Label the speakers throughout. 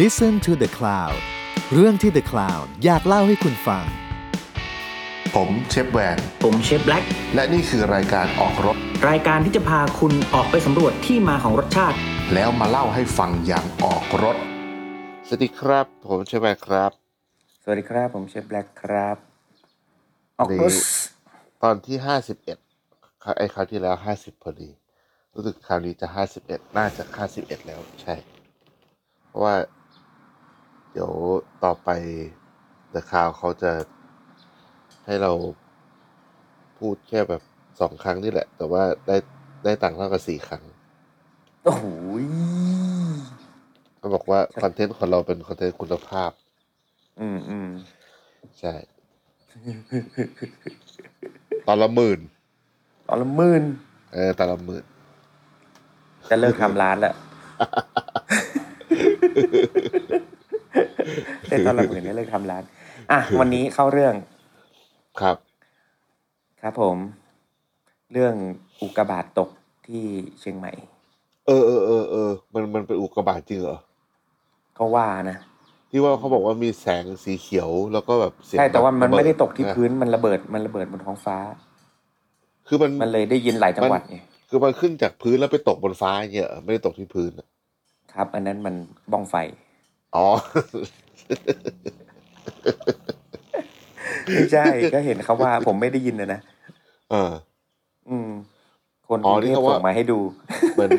Speaker 1: Listen to the Cloud เรื่องที่ The Cloud อยากเล่าให้คุณฟัง
Speaker 2: ผมเชฟแวน
Speaker 3: ผมเชฟแบล็ก
Speaker 2: และนี่คือรายการออกรถ
Speaker 3: รายการที่จะพาคุณออกไปสำรวจที่มาของรสชาติ
Speaker 2: แล้วมาเล่าให้ฟังอย่างออกรถ
Speaker 4: สวัสดีครับ ผมเชฟแบงค์ครับ
Speaker 5: สวัสดีครับ ผมเชฟแบล็กครับ ออก
Speaker 4: ดี
Speaker 5: รส
Speaker 4: ตอนที่ห้าสิบเอ็ดไอ้คราวที่แล้วห้าสิบพอดี รู้สึกคราวนี้จะห้าสิบเอ็ดน่าจะห้าสิบเอ็ดแล้วใช่ เพราะว่า เดี๋ยวต่อไปเดอะคาวเขาจะให้เราพูดแค่แบบสองครั้งนี่แหละ แต่ว่าได้ได้ตังค์เท่ากับสี่ครั้ง
Speaker 5: โอ้โหย
Speaker 4: เขาบอกว่าคอนเทนต์ของเราเป็นคอนเทนต์คุณภาพ
Speaker 5: อืมอืม
Speaker 4: ใช่ ตอนละหมื่น
Speaker 5: ตอนละหมื่น
Speaker 4: เออตอนละหมื่น
Speaker 5: จะเลิกทำร้านแล้วได้ตอนละหมื่นได้เลิกทำร้าน อ่ะ วันนี้เข้าเรื่อง
Speaker 4: ครับ
Speaker 5: ครับผม เรื่องอุกกาบาตตกที่เชียงใหม่
Speaker 4: เออเออเออเออมันมันเป็นอุกกาบาตจริงเหรอ
Speaker 5: ก็ว่านะ
Speaker 4: ที่ว่าเขาบอกว่ามีแสงสีเขียวแล้วก็แบบเสียง
Speaker 5: ใช่แต่ว่ามัน
Speaker 4: บบ
Speaker 5: ไม่ได้ตกที่
Speaker 4: ะ
Speaker 5: พื้นมันระเบิดมันระเบิดบนท้องฟ้า
Speaker 4: คือมัน
Speaker 5: มันเลยได้ยินหลายจังหวัดไง
Speaker 4: คือมันขึ้นจากพื้นแล้วไปตกบนฟ้าอย่างเงี้ยเหรอไม่ได้ตกที่พื้นอะ
Speaker 5: ครับ อันนั้นมันบ้องไฟ
Speaker 4: อ๋ อ
Speaker 5: ไม่ใช่ก็เห็นเขาว่า ผมไม่ได้ยินนะนะ
Speaker 4: เออ
Speaker 5: อืม คนก
Speaker 4: อ๋อ
Speaker 5: รุง
Speaker 4: นี่
Speaker 5: เทพ
Speaker 4: เขาว่า
Speaker 5: ส่งมาให้ดู
Speaker 4: เหมือน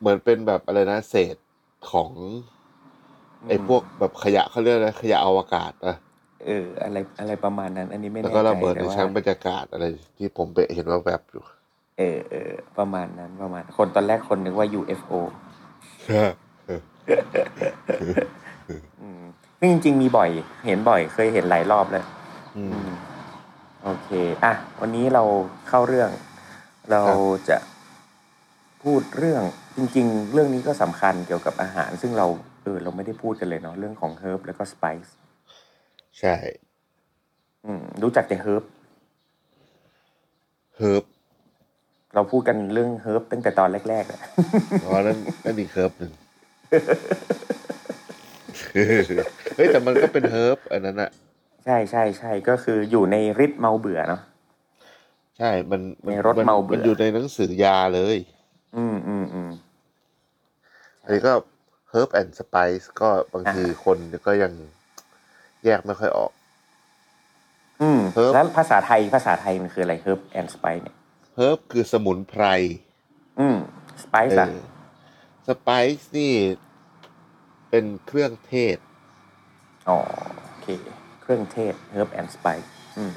Speaker 4: เหมือนเป็นแบบอะไรนะเศษของไอ้พวกแบบขยะเขาเรียกอะไรขยะอวกาศนะ
Speaker 5: เออ อะไรอะไรประมาณนั้น อันนี้ไม่
Speaker 4: แล้ว
Speaker 5: แน่
Speaker 4: ก็
Speaker 5: ใจ
Speaker 4: ระเบิดใน
Speaker 5: แต่ว่า
Speaker 4: ชั้นบรรยากาศอะไรที่ผมไปเห็นว่าแบบอยู่
Speaker 5: เออเออประมาณนั้นประมาณ คนตอนแรกคนนึกว่า UFO อืมซึ่งจริง ๆ มีบ่อย เห็นบ่อยเคยเห็นหลายรอบแล้ว
Speaker 4: อืม
Speaker 5: อืมโอเค อ่ะ วันนี้เราเข้าเรื่อง เราจะพูดเรื่องจริง ๆ เรื่องนี้ก็สำคัญเกี่ยวกับอาหาร ซึ่งเราเออเราไม่ได้พูดกันเลยเนาะเรื่องของเฮิร์บแล้วก็สไปซ์
Speaker 4: ใช่
Speaker 5: อืมรู้จักแต่เฮิร์บ
Speaker 4: เฮิร์บ
Speaker 5: เราพูดกันเรื่องเฮิร์บตั้งแต่ตอนแรกๆแหละ
Speaker 4: อ๋อนั่ นนั่นอีกเฮิร์บหนึ่ง เฮ้ยแต่มันก็เป็นเฮิร์บอันนั้นอะ
Speaker 5: ใช่ใช่ใช่ก็คืออยู่ในริดเมาเบื่อเนาะ
Speaker 4: ใช่ มัน
Speaker 5: ในรถเมาเบื่อ
Speaker 4: นอยู่ในหนังสือยาเลย
Speaker 5: อืมอืมอืม
Speaker 4: อันนี้ก็ herb and spice ก็บาง
Speaker 5: อ่ะ
Speaker 4: ทีคนก็ยังแยกไม่ค่อยออก
Speaker 5: อืม
Speaker 4: herb
Speaker 5: แล้วภาษาไทยภาษาไทยมันคืออะไรเฮิร์บแอนด์สไปเนี่ย
Speaker 4: herb คือสมุนไพร
Speaker 5: อืมสไปซ์อะ
Speaker 4: เออ spice นี่เป็นเครื่องเทศ
Speaker 5: อ๋อโอเค เครื่องเทศเฮิร์บแอนด์สไปอืม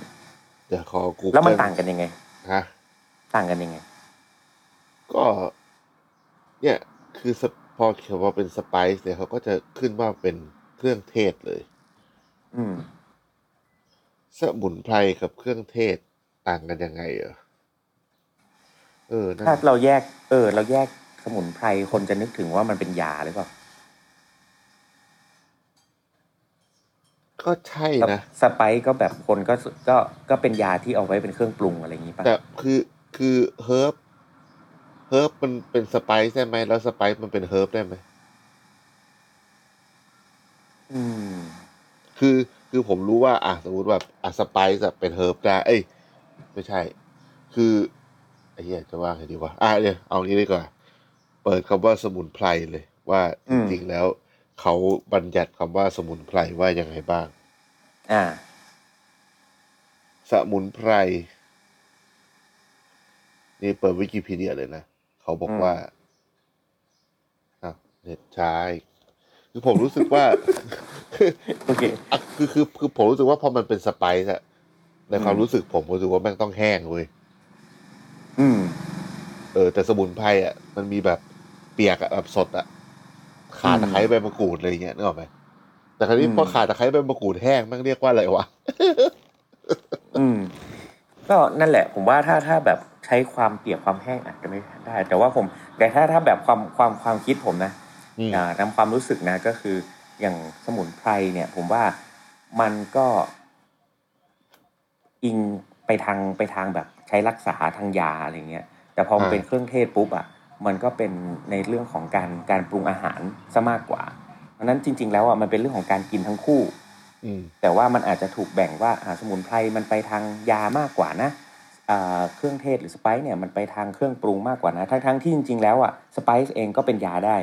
Speaker 4: เดี๋ยวขอกู
Speaker 5: แล้วมันต่างกันยังไง
Speaker 4: ฮะ
Speaker 5: ต่างกันยังไง
Speaker 4: ก็ เนี่ย คือสพอเขียนว่าเป็น spice เนี่ยเขาก็จะขึ้นว่าเป็นเครื่องเทศเลย
Speaker 5: อืม
Speaker 4: สมุนไพรกับเครื่องเทศต่างกันยังไงเหรอเออนั่น
Speaker 5: ถ้าเราแยก เออ เราแยกสมุนไพรคนจะนึกถึงว่ามันเป็นยาหรือเปล่า
Speaker 4: ก็ใช่นะ
Speaker 5: สไปซ์ก็แบบคนก็ก็ก็เป็นยาที่เอาไว้เป็นเครื่องปรุงอะไรอย่างงี้ป่ะ
Speaker 4: แต่คือคือเฮิร์บเฮิร์บมันเป็นสไปซ์ได้ไหมแล้วสไปซ์มันเป็นเฮิร์บได้ไหม
Speaker 5: อืม
Speaker 4: คือคือผมรู้ว่าอ่ะสมมติแบบอ่ะสไปซ์อะเป็นเฮิร์บได้ เอ้ยไม่ใช่ คือไอ้เหี้ยจะว่าไงดีวะอ่ะเดี๋ยวเอางี้ดีกว่า เปิดคำว่าสมุนไพรเลย ว่า
Speaker 5: อื
Speaker 4: จ
Speaker 5: ม
Speaker 4: ริงๆแล้ว เขาบัญญัติคำว่าสมุนไพรว่ายังไงบ้าง
Speaker 5: อ่า
Speaker 4: สมุนไพร นี่เปิดวิกิพีเดียเลยนะ เขาบอก
Speaker 5: อืม
Speaker 4: ว่าอ่ะเน็ตช้าอีกคือผมรู้สึกว่า
Speaker 5: โอเค
Speaker 4: อ่ะคือคือคือผมรู้สึกว่าพอมันเป็นสไปซ์อะในความรู้สึกผมรู้สึกว่าแม่งต้องแห้งเว้ย
Speaker 5: อืม
Speaker 4: เออแต่สมุนไพรอะมันมีแบบเปียกอะแบบสดอะขาตะไคร้ใบมะกรูดอะไรอย่างเงี้ยนึกออกไหมแต่คราวนี้
Speaker 5: อืม
Speaker 4: พอขาตะไคร้ใบมะกรูดแห้งแม่งเรียกว่าอะไรวะ
Speaker 5: อืมก็นั่นแหละ ผมว่าถ้าถ้าแบบใช้ความเปียกความแห้งอาจจะไม่ได้ แต่ว่าผม แต่ถ้าถ้าแบบความความความคิดผมนะ
Speaker 4: อืม
Speaker 5: อ่านำความรู้สึกนะก็คืออย่างสมุนไพรเนี่ย ผมว่ามันก็ อิงไปทางไปทางแบบใช้รักษาทางยาอะไรเงี้ย แต่พอมันเป็นเครื่องเทศปุ๊บอ่ะมันก็เป็นในเรื่องของการการปรุงอาหารซะมากกว่า เพราะฉะนั้นจริง ๆ แล้วอ่ะมันเป็นเรื่องของการกินทั้งคู่
Speaker 4: อืม
Speaker 5: แต่ว่ามันอาจจะถูกแบ่งว่าอ่าสมุนไพรมันไปทางยามากกว่านะอ่าเครื่องเทศหรือสไปซ์เนี่ยมันไปทางเครื่องปรุงมากกว่านะ ทั้งทั้งที่จริง ๆ แล้วอ่ะสไปซ์เองก็เป็นยาได้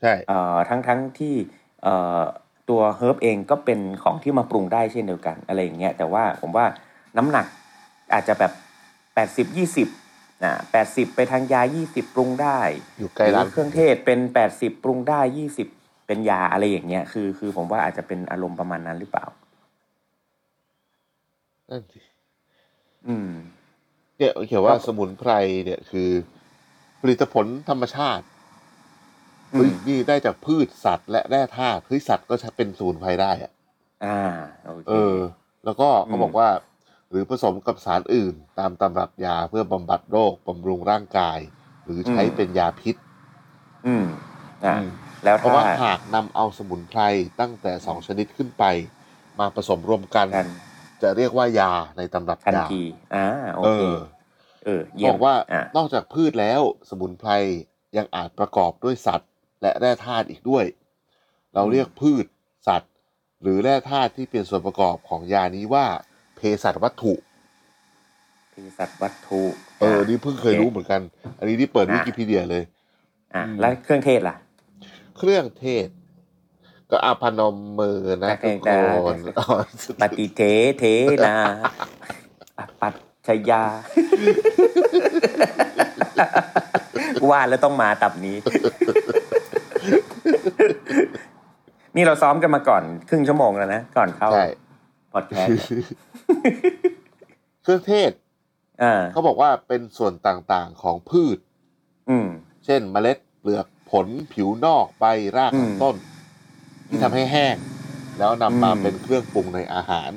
Speaker 4: ใช่
Speaker 5: เอ่อทั้งทั้งที่เอ่อตัวเฮิร์บเองก็เป็นของที่มาปรุงได้เช่นเดียวกันอะไรอย่างเงี้ยแต่ว่าผมว่าน้ำหนักอาจจะแบบ 80 20นะ80 ไปทางยา 20 ปรุงได้
Speaker 4: อยู่ใกล้ร้าน
Speaker 5: หรือเครื่องเทศเป็น 80 ปรุงได้ 20 เป็นยาอะไรอย่างเงี้ยคือ คือผมว่าอาจจะเป็นอารมณ์ประมาณนั้นหรือเปล่า
Speaker 4: นั่นสิ
Speaker 5: อืม
Speaker 4: เนี่ยเขียนว่าสมุนไพรเนี่ยคือผลิตผลธรรมชาติ
Speaker 5: อืม
Speaker 4: เฮ้ยนี่ได้จากพืชสัตว์ และแร่ธาตุเฮ้ยสัตว์ก็ใช้เป็นสมุนไพรได้อะ
Speaker 5: อ่าโอเค
Speaker 4: เออ แล้วก็เขา
Speaker 5: อืม
Speaker 4: บอกว่า หรือผสมกับสารอื่น ตามตำรับยาเพื่อบำบัดโรคบำรุงร่างกาย หรือใช้เป็นยาพิษ
Speaker 5: อืมอ่า
Speaker 4: อืม
Speaker 5: แล้ว
Speaker 4: เพ
Speaker 5: ถ้า
Speaker 4: ราะว่าหากนำเอาสมุนไพรตั้งแต่สองชนิดขึ้นไป มาผสมรวมกัน
Speaker 5: กัน
Speaker 4: จะเรียกว่ายาในตำรับ
Speaker 5: ทัน
Speaker 4: ยา
Speaker 5: ทีอ่าโอ
Speaker 4: เอ
Speaker 5: เค
Speaker 4: อ
Speaker 5: เออ
Speaker 4: บ
Speaker 5: เยี่ย
Speaker 4: อ
Speaker 5: ม
Speaker 4: กว่า
Speaker 5: อ่ะ
Speaker 4: นอกจากพืชแล้วสมุนไพรยังอาจประกอบด้วยสัตว์ และแร่ธาตุอีกด้วย เราเรียกพืชสัตว์ หรือแร่ธาตุที่เป็นส่วนประกอบของยานี้ว่าเภสัชวัตถุ
Speaker 5: เภสัชวัตถุ
Speaker 4: เออ
Speaker 5: ะ
Speaker 4: นี่เพิ่งเคย
Speaker 5: โอเค
Speaker 4: รู้เหมือนกัน อันนี้นี่เปิด
Speaker 5: อ่ะ
Speaker 4: วิกิพีเดียเลย
Speaker 5: อ่าแล้วเครื่องเทศล่ะ
Speaker 4: เครื่องเทศ ก็อาพนมมือนะ
Speaker 5: แต่
Speaker 4: ทุก
Speaker 5: แต่
Speaker 4: คน
Speaker 5: แต่
Speaker 4: อ๋อ
Speaker 5: ปฏิเทเทนาปัจชยา ว่าแล้วต้องมาตับนี้ นี่เราซ้อมกันมาก่อนครึ่งชั่วโมงแล้วนะ ก่อนเข้า
Speaker 4: ใช่
Speaker 5: พอดแคสต์เนี่ย
Speaker 4: เครื่องเทศ
Speaker 5: อ่า
Speaker 4: เขาบอกว่าเป็นส่วนต่างๆของพืช
Speaker 5: อืม
Speaker 4: เช่นเมล็ดเปลือกผลผิวนอกใบราก
Speaker 5: อืม
Speaker 4: ลำต้น ที่
Speaker 5: อืม
Speaker 4: ทำให้แห้ง แล้วนำมา
Speaker 5: อืม
Speaker 4: เป็นเครื่องปรุงในอาหาร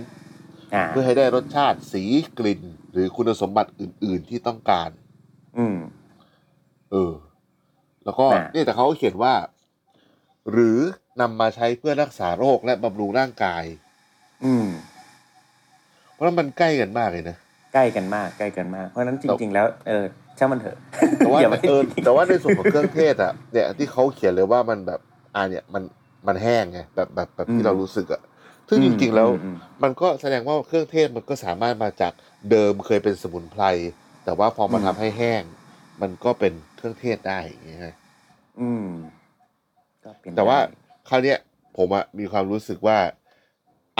Speaker 5: อ่า
Speaker 4: เพื่อให้ได้รสชาติสีกลิ่น หรือคุณสมบัติอื่น ๆที่ต้องการ
Speaker 5: อืม
Speaker 4: เออ แล้วก็
Speaker 5: อ่ะ
Speaker 4: เนี่ยแต่เขาก็เขียนว่า หรือนำมาใช้เพื่อรักษาโรคและบำรุงร่างกาย
Speaker 5: อืม
Speaker 4: เพราะว่ามันใกล้กันมากเลยนะ
Speaker 5: ใกล้กันมากใกล้กันมาก เพราะฉะนั้นจริง ๆ แล้วเออช่างมันเถอะ
Speaker 4: แต่ว่า
Speaker 5: อย่าไป
Speaker 4: เออแต่ว่าในส่วนของเครื่องเทศอ่ะเนี่ยที่เขาเขียนเลยว่ามันแบบอ่าเนี่ยมันมันแห้งไงแบบแบบแบบที่เรารู้สึกอ่ะซึ่งจริง ๆ แล้ว
Speaker 5: อืม
Speaker 4: มันก็แสดงว่าเครื่องเทศมันก็สามารถมาจากเดิมเคยเป็นสมุนไพร แต่ว่าพอมาทำให้แห้ง มันก็เป็นเครื่องเทศได้อย่างเงี้ยฮะ
Speaker 5: อืมก็เป็น
Speaker 4: แต่ว่า
Speaker 5: ได้
Speaker 4: คราวเนี้ยผมอะมีความรู้สึกว่า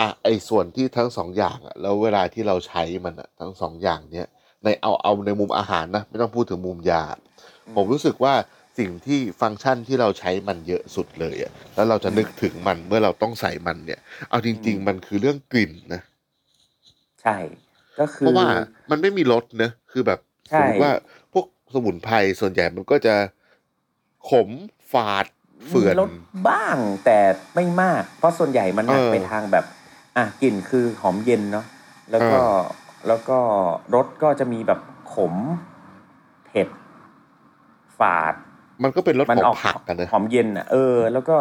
Speaker 4: อ่ะไอส่วนที่ทั้งสองอย่างอะแล้วเวลาที่เราใช้มันอะทั้งสองอย่างเนี้ยในเอาเอาในมุมอาหารนะ ไม่ต้องพูดถึงมุมยา
Speaker 5: อืม
Speaker 4: ผมรู้สึกว่าสิ่งที่ฟังก์ชันที่เราใช้มันเยอะสุดเลยอะแล้วเราจะนึกถึงมันเมื่อเราต้องใส่มันเนี่ย เอาจริง ๆ มันคือเรื่องกลิ่นนะ
Speaker 5: ใช่ก็คือ
Speaker 4: เพราะว่ามันไม่มีรสเนอะคือแบบ
Speaker 5: ใช่
Speaker 4: สมมติว่าพวกสมุนไพรส่วนใหญ่มันก็จะขมฝาดเฟื่อน
Speaker 5: มีลดบ้างแต่ไม่มาก เพราะส่วนใหญ่มันหนัก
Speaker 4: เออ
Speaker 5: ไปทางแบบ อ่ะกลิ่นคือหอมเย็นเนาะแล้วก็
Speaker 4: เออ
Speaker 5: แล้วก็รสก็จะมีแบบขมเผ็ดฝาด
Speaker 4: มันก็เป็นรส
Speaker 5: มัน
Speaker 4: ขอ
Speaker 5: ออง ก
Speaker 4: ผักกันนะ
Speaker 5: หอมเย็นอ่ะเออ แล้วก็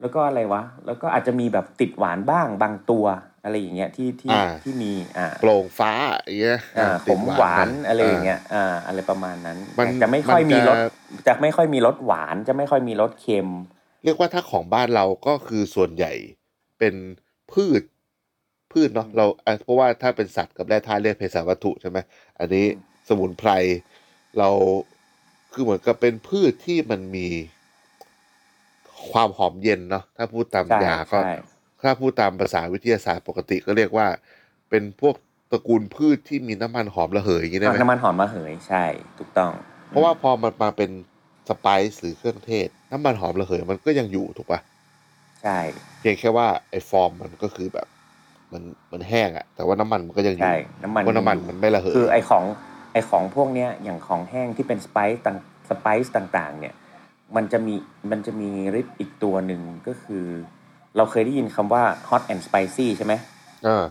Speaker 5: แล้วก็อะไรวะ แล้วก็อาจจะมีแบบติดหวานบ้างบางตัว อะไรอย่างเงี้ยที่ที่
Speaker 4: อ่า
Speaker 5: ที่มีอ่า
Speaker 4: โปร่งฟ้าอย่างเงี้ย
Speaker 5: อ่าข
Speaker 4: ติด
Speaker 5: มหวาน
Speaker 4: ย
Speaker 5: อะไรอย่างเงี้ยอ่าอะไรประมาณนั้น
Speaker 4: มัน
Speaker 5: แต่จะไม่ค่อย
Speaker 4: มัน
Speaker 5: มีรส
Speaker 4: จะ
Speaker 5: จะไม่ค่อยมีรสหวาน จะไม่ค่อยมีรสเค็ม
Speaker 4: เรียกว่าถ้าของบ้านเราก็คือส่วนใหญ่เป็นพืช พืชเนาะเราอ่ะเพราะว่าถ้าเป็นสัตว์กับแร่ธาตุเรียกเภสัชวัตถุใช่ไหมอันนี้สมุนไพรเราคือเหมือนกับเป็นพืชที่มันมีความหอมเย็นเนาะถ้าพูดตาม
Speaker 5: ใช่
Speaker 4: ยาก็
Speaker 5: ใช่
Speaker 4: ถ้าพูดตามภาษาวิทยาศาสตร์ปกติก็เรียกว่า เป็นพวกตระกูลพืชที่มีน้ำมันหอมระเหยอย่างนี้ได้
Speaker 5: อ่ะ
Speaker 4: ไหม
Speaker 5: น้ำมันหอมมะเหยใช่ ถูกต้อง
Speaker 4: เพราะว่าพอมันมาเป็นสไปซ์หรือเครื่องเทศ น้ำมันหอมระเหยมันก็ยังอยู่ถูกปะ
Speaker 5: ใช่
Speaker 4: เพียงแค่ว่าไอ้ฟอร์มมันก็คือแบบ มันมันแห้งอะแต่ว่าน้ำมันมันก็ยังอยู่
Speaker 5: ใช่ น้ำมัน
Speaker 4: เพราะน้ำมัน
Speaker 5: อยู่
Speaker 4: มันไม่ระเหย
Speaker 5: คือไอของไอของพวกเนี้ยอย่างของแห้งที่เป็นสไปซ์ต่างสไปซ์ต่างๆ เนี่ย มันจะมีมันจะมีฤทธิ์อีกตัวหนึ่งก็คือ เราเคยได้ยินคำว่า hot and spicy ใช่ไหม
Speaker 4: เออ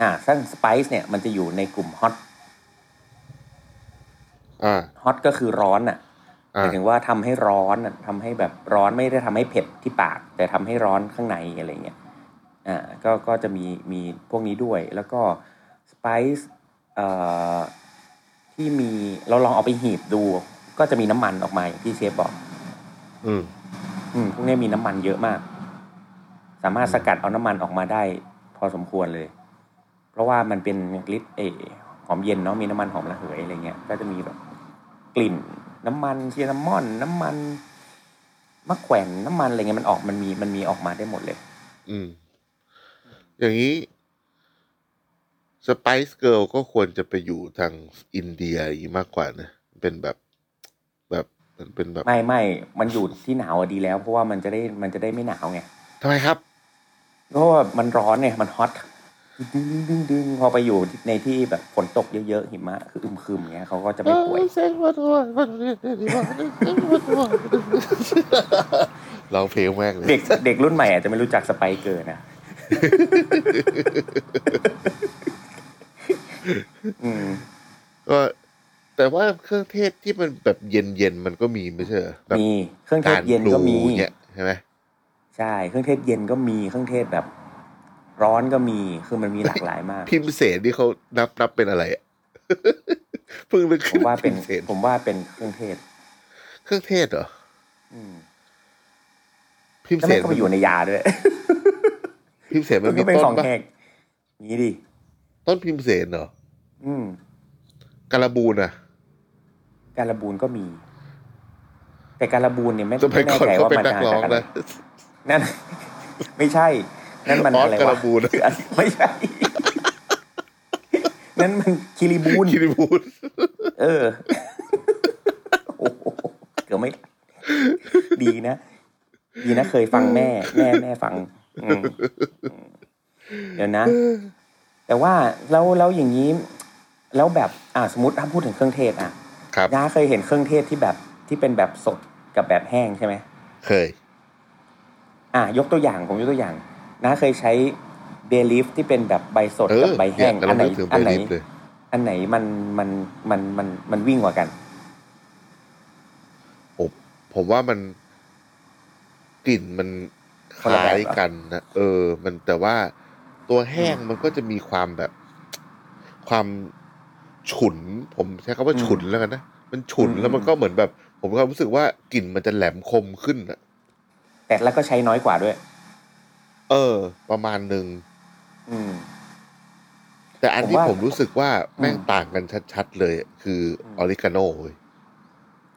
Speaker 5: อ่าซึ่งสไปซ์เนี่ยมันจะอยู่ในกลุ่ม hot
Speaker 4: อ่า
Speaker 5: hot ก็คือร้อนอ่ะ
Speaker 4: อ่าม
Speaker 5: หายถึงว่าทำให้ร้อนอะทำให้แบบร้อนไม่ได้ทำให้เผ็ดที่ปาก แต่ทำให้ร้อนข้างในอะไรเงี้ยอ่าก็ก็จะมีมีพวกนี้ด้วย แล้วก็สไปซ์เอ่อที่มีเราลองเอาไปหีบดู ก็จะมีน้ำมันออกมาอย่างที่เชฟบอก
Speaker 4: อืม
Speaker 5: อืมพวกนี้มีน้ำมันเยอะมาก สามารถสกัดเอาน้ำมันออกมาได้พอสมควรเลย เพราะว่ามันเป็นลิตรเออหอมเย็นเนาะมีน้ำมันหอมระเหยอะไรเงี้ยก็จะมีแบบกลิ่นน้ำมันซินนามอน น้ำมันมะแขวนน้ำมันอะไรเงี้ยมันออกมันมีมันมีออกมาได้หมดเลย
Speaker 4: อืม อย่างนี้สไปซ์เกิลก็ควรจะไปอยู่ทางอินเดียอย่างนี้มากกว่านะเป็นแบบแบบมันเป็นแบบ
Speaker 5: ไม่ไม่มันอยู่ที่หนาวอะดีแล้ว เพราะว่ามันจะได้มันจะได้ไม่หนาวไง
Speaker 4: ทำไมครับ
Speaker 5: เพราะว่ามันร้อนเนี่ยมันฮอตดึงดึงดึงพอไปอยู่ในที่แบบฝนตกเยอะๆหิมะคืออึมครึมเงี้ยเขาก็จะไม่ป่วย
Speaker 4: เราเพลงแม่งเลย
Speaker 5: เด็กเด็กรุ่นใหม่อาจจะไม่รู้จักสไปเกอร์ นะอืม
Speaker 4: ก็ แต่ว่าเครื่องเทศที่มันแบบเย็นเย็นๆมันก็มีไม่ใช่เหรอแบบ
Speaker 5: มีเครื่องเทศเย็นก็มี
Speaker 4: ารดูเนี่ยใช่ไหม
Speaker 5: ใช่ เครื่องเทศเย็นก็มีเครื่องเทศแบบ ร้อนก็มีคือมันมีหลากหลายมาก
Speaker 4: พิมเสนที่เขานับนับเป็นอะไร อะ เพิ่งนึก
Speaker 5: ผ
Speaker 4: ขึ้
Speaker 5: ม
Speaker 4: น
Speaker 5: ว่าเป็น
Speaker 4: พิมเสน
Speaker 5: ผมว่าเป็นเครื่องเทศ
Speaker 4: เครื่องเทศเหรอ
Speaker 5: อืม
Speaker 4: พิม
Speaker 5: แล้ว
Speaker 4: เสน
Speaker 5: มันก็ไปอยู่ในยาด้วย
Speaker 4: พิมเสนมั
Speaker 5: มัน น
Speaker 4: มี
Speaker 5: ก็เป็น
Speaker 4: ต้น
Speaker 5: ของ
Speaker 4: ปะ
Speaker 5: แหกมีดิ
Speaker 4: ต้นพิมเสนเหรอ
Speaker 5: อืม
Speaker 4: การบูนอ่ะ
Speaker 5: การบูนก็มี แต่การบูนเนี่ยไม่
Speaker 4: สมั
Speaker 5: ไม่
Speaker 4: ย
Speaker 5: แน่
Speaker 4: ก่อน
Speaker 5: ใจ
Speaker 4: เขา
Speaker 5: ว่า
Speaker 4: เป็น
Speaker 5: มัน
Speaker 4: นัก
Speaker 5: มา
Speaker 4: ร้อง
Speaker 5: จากอะไร
Speaker 4: นะ
Speaker 5: นั่น ไม่ใช่ นั่นมัน
Speaker 4: ออส
Speaker 5: อะไรวะ
Speaker 4: การบูน
Speaker 5: ไม่ใช่ นั่นมันคิริบูน
Speaker 4: คิริบูน
Speaker 5: เออ โอ้โหเกือบไม่ ดีนะ ดีนะเคยฟังแม่ แม่แม่ฟังอืมอืมเดี๋ยวนะ แต่ว่าแล้วแล้วอย่างนี้ แล้วแบบอ่าสมมติถ้าพูดถึงเครื่องเทศอ่ะ
Speaker 4: ครับ
Speaker 5: น้าเคยเห็นเครื่องเทศที่แบบที่เป็นแบบสดกับแบบแห้งใช่ไหม
Speaker 4: เคย
Speaker 5: อ่ะยกตัวอย่างผมยกตัวอย่างน้าเคยใช้เบลีฟที่เป็นแบบใบสด
Speaker 4: เอ
Speaker 5: กับ
Speaker 4: อ
Speaker 5: ใบแห้ง
Speaker 4: เนี่ยกำลั
Speaker 5: อั
Speaker 4: ง
Speaker 5: นไหน
Speaker 4: นึกถึง
Speaker 5: อันไหน
Speaker 4: bay leaf เลย
Speaker 5: อันไหนมันมันมันมันมันวิ่งกว่ากัน
Speaker 4: ผมผมว่ามันกลิ่นมันค
Speaker 5: คนละ
Speaker 4: ล้า
Speaker 5: แบบ
Speaker 4: ย
Speaker 5: เหรอ
Speaker 4: กันนะเออ มันแต่ว่าตัวแห้งมันก็จะมีความแบบ ความฉุน ผมใช้คำว่า
Speaker 5: อืม
Speaker 4: ฉุนแล้วกันนะมันฉุน
Speaker 5: อืม
Speaker 4: แล้วมันก็เหมือนแบบ ผมก็รู้สึกว่ากลิ่นมันจะแหลมคมขึ้นอะ
Speaker 5: แต่แล้วก็ใช้น้อยกว่าด้วย
Speaker 4: เออ ประมาณหนึ่ง
Speaker 5: อืม
Speaker 4: แต่อัน
Speaker 5: ผม
Speaker 4: ที่
Speaker 5: ว่า
Speaker 4: ผมรู้สึกว่าแม่ง
Speaker 5: อืม
Speaker 4: ต่างกันชัดๆเลยอะคือออริกาโนเว้ย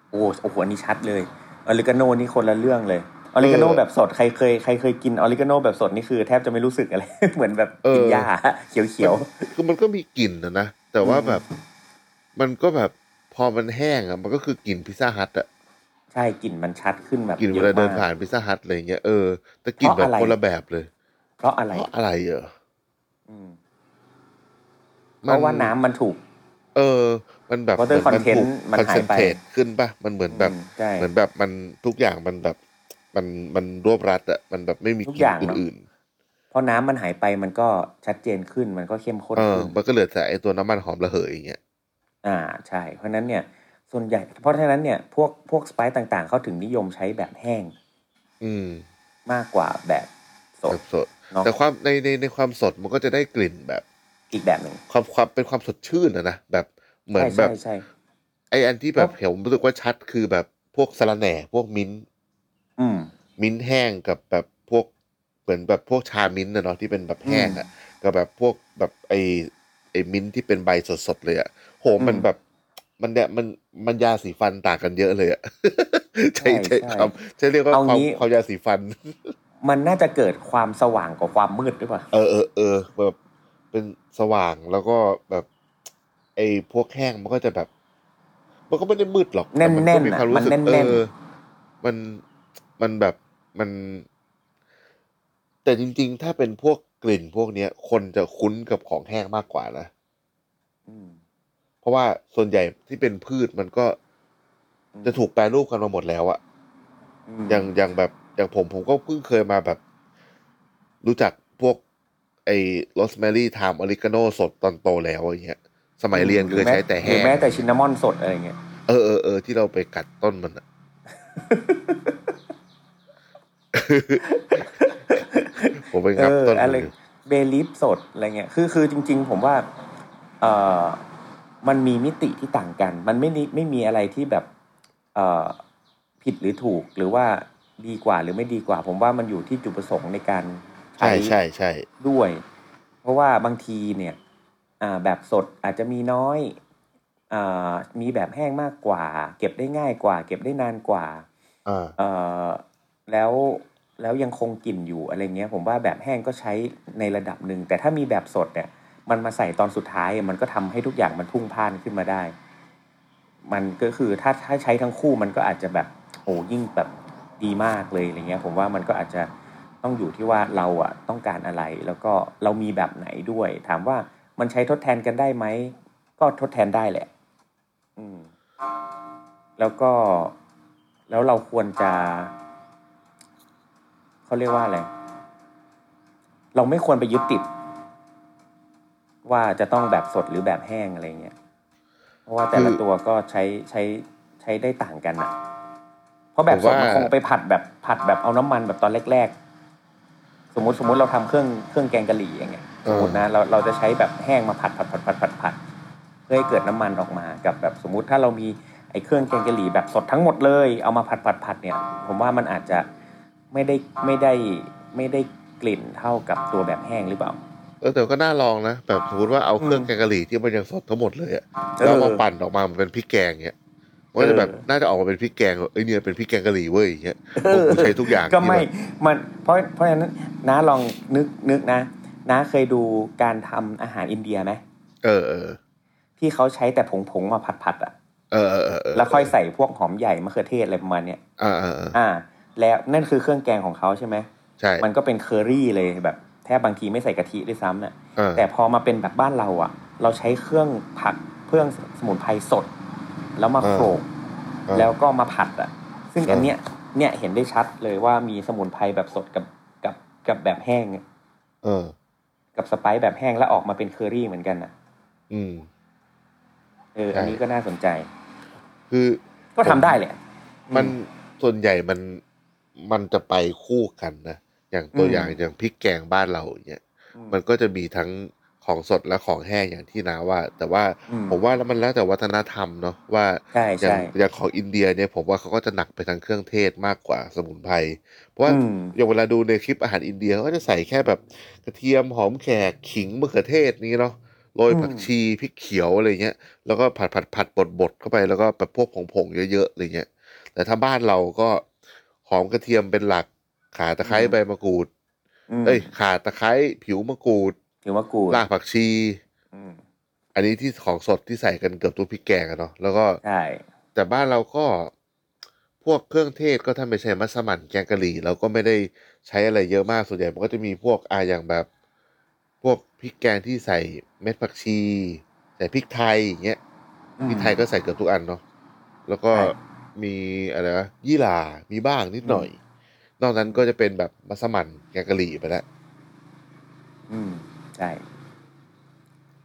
Speaker 5: โอ้โอ้โหอันนี้ชัดเลยออริกาโนนี่คนละเรื่องเลยออริกาโน
Speaker 4: เออ
Speaker 5: แบบสดใครเคยใครเคยกินออริกาโนแบบสดนี่คือแทบจะไม่รู้สึกอะไร เหมือนแบบกิน
Speaker 4: เออ
Speaker 5: หญ้าเขียว
Speaker 4: คือมันก็มีกลิ่นนะนะ แต่ว่า
Speaker 5: อืม
Speaker 4: แบบมันก็แบบพอมันแห้งอะมันก็คือกลิ่นพิซซ่าฮัทอะ
Speaker 5: ๆใช่กลิ่นมันชัดขึ้นแบบ
Speaker 4: กลิ่นเว
Speaker 5: ยอะ
Speaker 4: ลาเดิน
Speaker 5: ม
Speaker 4: ผ่านพิซซ่าฮัทอะไรเงี้ยเออแต่กลิ่น
Speaker 5: เพ
Speaker 4: แบ
Speaker 5: ราะ
Speaker 4: บ
Speaker 5: อะไร
Speaker 4: คนละแบบเลย
Speaker 5: เพราะอะไร
Speaker 4: เพราะอะไรเหรอ
Speaker 5: อืม เพ
Speaker 4: มัน
Speaker 5: ราะว่าน้ำมันถูก
Speaker 4: เออ มันแบบ
Speaker 5: water
Speaker 4: หถู
Speaker 5: content
Speaker 4: ก
Speaker 5: มันหายไป
Speaker 4: concentrate ขึ้นปะมันเหมือนแบบ
Speaker 5: อืมใช่
Speaker 4: เหมือนแบบมันทุกอย่างมันแบบ มันมันรวบรัดอะมันแบบไม่มี
Speaker 5: ทุ
Speaker 4: ก
Speaker 5: ก
Speaker 4: ลิ่
Speaker 5: อน ย่าง
Speaker 4: ตัวอื่น
Speaker 5: เพราะน้ำมันหายไปมันก็ชัดเจนขึ้น มันก็เข้มข้น
Speaker 4: เออ
Speaker 5: ขึ้น
Speaker 4: มันก็เหลือแต่ไอตัวน้ำมันหอมระเหยอย่างเงี้ย
Speaker 5: อ่าใช่ เพราะฉะนั้นเนี่ยส่วนใหญ่ เพราะฉะนั้นเนี่ยพวกพวกสไปซ์ต่างๆ เขาถึงนิยมใช้แบบแห้ง
Speaker 4: อืม
Speaker 5: มากกว่าแบบส
Speaker 4: แบ
Speaker 5: ด
Speaker 4: บสด
Speaker 5: เนาะ
Speaker 4: แต่ความในในในความสดมันก็จะได้กลิ่นแบบ
Speaker 5: อีกแบบหนึ่ง
Speaker 4: ความความเป็นความสดชื่นอะนะแบบเหมือน
Speaker 5: ใช่
Speaker 4: แบ
Speaker 5: ใช่
Speaker 4: บ
Speaker 5: ใช่
Speaker 4: ไออันที่แบบเห็นผมรู้สึกว่าชัดคือแบบพวกสะระแหน่ พวกมิ้นท์
Speaker 5: อืม
Speaker 4: มิ้นท์แห้งกับแบบพวกเหมือนแบบพวกชามิ้นท์นะเนาะที่เป็นแบบแห้งอะกับแบบพวกแบบไอไอมิ้นท์ที่เป็นใบสดๆเลยอะโหมัน
Speaker 5: อืม
Speaker 4: แบบมันเนี่ยมันมันยาสีฟันต่างกันเยอะเลยอะ ใช่
Speaker 5: ใช่
Speaker 4: ใช่
Speaker 5: ใช่
Speaker 4: ครับใช่เรียกว่า
Speaker 5: เอา
Speaker 4: ความ
Speaker 5: งี้
Speaker 4: ความยาสีฟัน
Speaker 5: มันน่าจะเกิดความสว่างกว่าความมืดหรือเปล่า
Speaker 4: เออเออเออแบบเป็นสว่างแล้วก็แบบไอ้พวกแห้งมันก็จะแบบ มันก็ไม่ได้มืดหรอก
Speaker 5: แน่น
Speaker 4: มั
Speaker 5: แน่
Speaker 4: ก็
Speaker 5: น
Speaker 4: มี
Speaker 5: อ่ะ
Speaker 4: ความ
Speaker 5: มัน
Speaker 4: รู้สึก
Speaker 5: แน่น
Speaker 4: เอ
Speaker 5: แน่น
Speaker 4: อมันมันแบบมัน แต่จริง ๆ ถ้าเป็นพวกกลิ่นพวกเนี้ย คนจะคุ้นกับของแห้งมากกว่านะ
Speaker 5: อืม
Speaker 4: เพราะว่าส่วนใหญ่ที่เป็นพืชมันก็
Speaker 5: อืม
Speaker 4: จะถูกแปรรูปกันมาหมดแล้วอะ
Speaker 5: ม
Speaker 4: อย่างอย่างแบบอย่างผมผมก็เพิ่งเคยมาแบบ รู้จักพวก ไอ้โรสแมรี่ไทม์ออริกาโนสดตอนโตแล้วอย่างเงี้ยสมัยเรียนเคยใช้แต่
Speaker 5: หรื
Speaker 4: แห้
Speaker 5: อง แม้แต่ชินนามอนสดอะไรอย่างเงี้ย
Speaker 4: เออเออเออที่เราไปกัดต้นมันอะ ผมไป
Speaker 5: เอ
Speaker 4: งับ
Speaker 5: อ
Speaker 4: ต้น
Speaker 5: อะ
Speaker 4: มัน
Speaker 5: ไร
Speaker 4: อยู่
Speaker 5: เบลิฟสดอะไรเงี้ยคือคือจริง ๆ ผมว่าเออมันมีมิติที่ต่างกัน มันไม่ได้ไม่มีอะไรที่แบบเออผิดหรือถูกหรือว่าดีกว่าหรือไม่ดีกว่า ผมว่ามันอยู่ที่จุดประสงค์ในการ ช้
Speaker 4: ใช่ใช่ใช่
Speaker 5: ด้วย เพราะว่าบางทีเนี่ยอ่าแบบสดอาจจะมีน้อยอ่ามีแบบแห้งมากกว่า เก็บได้ง่ายกว่า เก็บได้นานกว่า
Speaker 4: อ่า
Speaker 5: เอ่อแล้วแล้วยังคงกลิ่นอยู่อะไรเงี้ย ผมว่าแบบแห้งก็ใช้ในระดับหนึ่ง แต่ถ้ามีแบบสดเนี่ย มันมาใส่ตอนสุดท้าย มันก็ทำให้ทุกอย่างมันพุ่งพล่านขึ้นมาได้ มันก็คือถ้าถ้าใช้ทั้งคู่มันก็อาจจะแบบโอ้ยิ่งแบบดีมากเลยอะไรเงี้ย ผมว่ามันก็อาจจะต้องอยู่ที่ว่าเราอะต้องการอะไร แล้วก็เรามีแบบไหนด้วย ถามว่ามันใช้ทดแทนกันได้ไหมก็ทดแทนได้แหละ อืม แล้วก็แล้วเราควรจะเขาเรียกว่าอะไร เราไม่ควรไปยึดติด ว่าจะต้องแบบสดหรือแบบแห้งอะไรเงี้ยเพราะว่าแต่ละ
Speaker 4: คือ
Speaker 5: ตัวก็ใช้ใช้ใช้ได้ต่างกันอะเพราะแบบสดมัน
Speaker 4: ผมว่า
Speaker 5: คงไปผัดแบบผัดแบบเอาน้ำมันแบบตอนแรก ๆ สมมติสมมติเราทำเครื่องเครื่องแกงกะหรี่อย่างเงี้ย สมมตินะเราเราจะใช้แบบแห้งมาผัดผัดผัดผัดผัดผัดเพื่อให้เกิดน้ำมันออกมากับแบบสมมุติถ้าเรามีไอ้เครื่องแกงกะหรี่แบบสดทั้งหมดเลยเอามาผัดผัดผัดเนี่ย ผมว่ามันอาจจะไม่ได้ไม่ได้ไม่ได้กลิ่นเท่ากับตัวแบบแห้งหรือเปล่า
Speaker 4: เออแต่ก็น่าลองนะแบบสมมติว่าเอาเครื่อง
Speaker 5: อืม
Speaker 4: แกงกะหรี่ที่มันยังสดทั้งหมดเลยอะ
Speaker 5: เออ
Speaker 4: แล้วเอามาปั่นออกมามันเป็นพริกแกงเงี้ยมันก็จะแบบ
Speaker 5: เออ
Speaker 4: น่าจะออกมาเป็นพริกแกงแบบเอ้ยเนี่ยเป็นพริกแกงกะหรี่เว้ยอย่างเงี้ยพวกกูใช้ทุกอย่าง
Speaker 5: ก็ไม่
Speaker 4: ที่แบบ
Speaker 5: มันเพราะเพราะฉะนั้นน้าลองนึกนึกนะน้าเคยดูการทำอาหารอินเดียไหม
Speaker 4: เออเออ
Speaker 5: ที่เขาใช้แต่ผงผงๆมาผัดผัดๆอะ
Speaker 4: เออเออเออเออ
Speaker 5: แล้วค่อยใส่พวกหอมใหญ่มะเขือเทศอะไรประมาณเนี้ย
Speaker 4: อ่าอ่าอ่า
Speaker 5: อ่า แล้วนั่นคือเครื่องแกงของเขาใช่ไหม
Speaker 4: ใช่
Speaker 5: มันก็เป็นเคอรี่เลยแบบแทบบางทีไม่ใส่กะทิด้วยซ้ำน่ะ
Speaker 4: เออ
Speaker 5: แต่พอมาเป็นแบบบ้านเราอ่ะ เราใช้เครื่องผักเครื่องสมุนไพรสด แล้วมาโขลก
Speaker 4: เออ
Speaker 5: แล้วก็มาผัดอ่ะ ซึ่ง
Speaker 4: เอออั
Speaker 5: อันเนี้ยเนี่ยเห็นได้ชัดเลยว่ามีสมุนไพรแบบสดกับกับกับแบบแห้งอะ
Speaker 4: เออ
Speaker 5: กับสไปซ์แบบแห้งแล้วออกมาเป็นเคอรี่เหมือนกันอ่ะ
Speaker 4: อืม
Speaker 5: เออ
Speaker 4: ใช่
Speaker 5: อันนี้ก็น่าสนใจ
Speaker 4: คือ
Speaker 5: ก็ทำได้แหละ
Speaker 4: มันส่วนใหญ่มันมันจะไปคู่กันนะอย่างตัว
Speaker 5: อืม
Speaker 4: อย่างอย่างพริกแกงบ้านเราอย่างเงี้ย
Speaker 5: อื
Speaker 4: มันก็จะมีทั้งของสดและของแห้งอย่างที่นาว่า แต่ว่า
Speaker 5: อืม
Speaker 4: ผมว่าแล้วมันแล้วแต่วัฒนธรรมเนาะว่า
Speaker 5: ใช่
Speaker 4: อย่า
Speaker 5: ใช่
Speaker 4: งอย่างของอินเดียเนี่ยผมว่าเขาก็จะหนักไปทางเครื่องเทศมากกว่าสมุนไพรเพราะว่า
Speaker 5: อืม
Speaker 4: อย่างเวลาดูในคลิปอาหารอินเดียเขาก็จะใส่แค่แบบกระเทียมหอมแขกขิงมะเขือเทศนี้เนาะโรยผักชีพริกเขียวอะไรเงี้ยแล้วก็ผัดผัดผัดบดบดเข้าไปแล้วก็แบบพวกผงผงๆเยอะๆอะไรเงี้ย แต่ถ้าบ้านเราก็หอมกระเทียมเป็นหลักขาตะไคร้ใบมะกรูด
Speaker 5: ม
Speaker 4: เอ้ยขาตะไคร้ผิวมะกรูด
Speaker 5: หรือว่ากูด
Speaker 4: รากผักชี
Speaker 5: อืม
Speaker 4: อันนี้ที่ของสดที่ใส่กันเกือบทุกพริกแกงอะเนาะ แล้วก็
Speaker 5: ใช่
Speaker 4: แต่บ้านเราก็ พวกเครื่องเทศก็ถ้าไม่ใช่มัสมั่นแกงกะหรี่เราก็ไม่ได้ใช้อะไรเยอะมาก ส่วนใหญ่มันก็จะมีพวกอาอย่างแบบ พวกพริกแกงที่ใส่เม็ดผักชี ใส่พริกไทยอย่างเงี้ย
Speaker 5: อืม
Speaker 4: พริกไทยก็ใส่เกือบทุกอันเนาะ แล้วก็
Speaker 5: ใช่
Speaker 4: มีอะไรนะยี่หร่า มีบ้างนิดหน่อย นอกนั้นก็จะเป็นแบบมัสมั่นแกงกะหรี่ไปแล้ว
Speaker 5: อืมใช่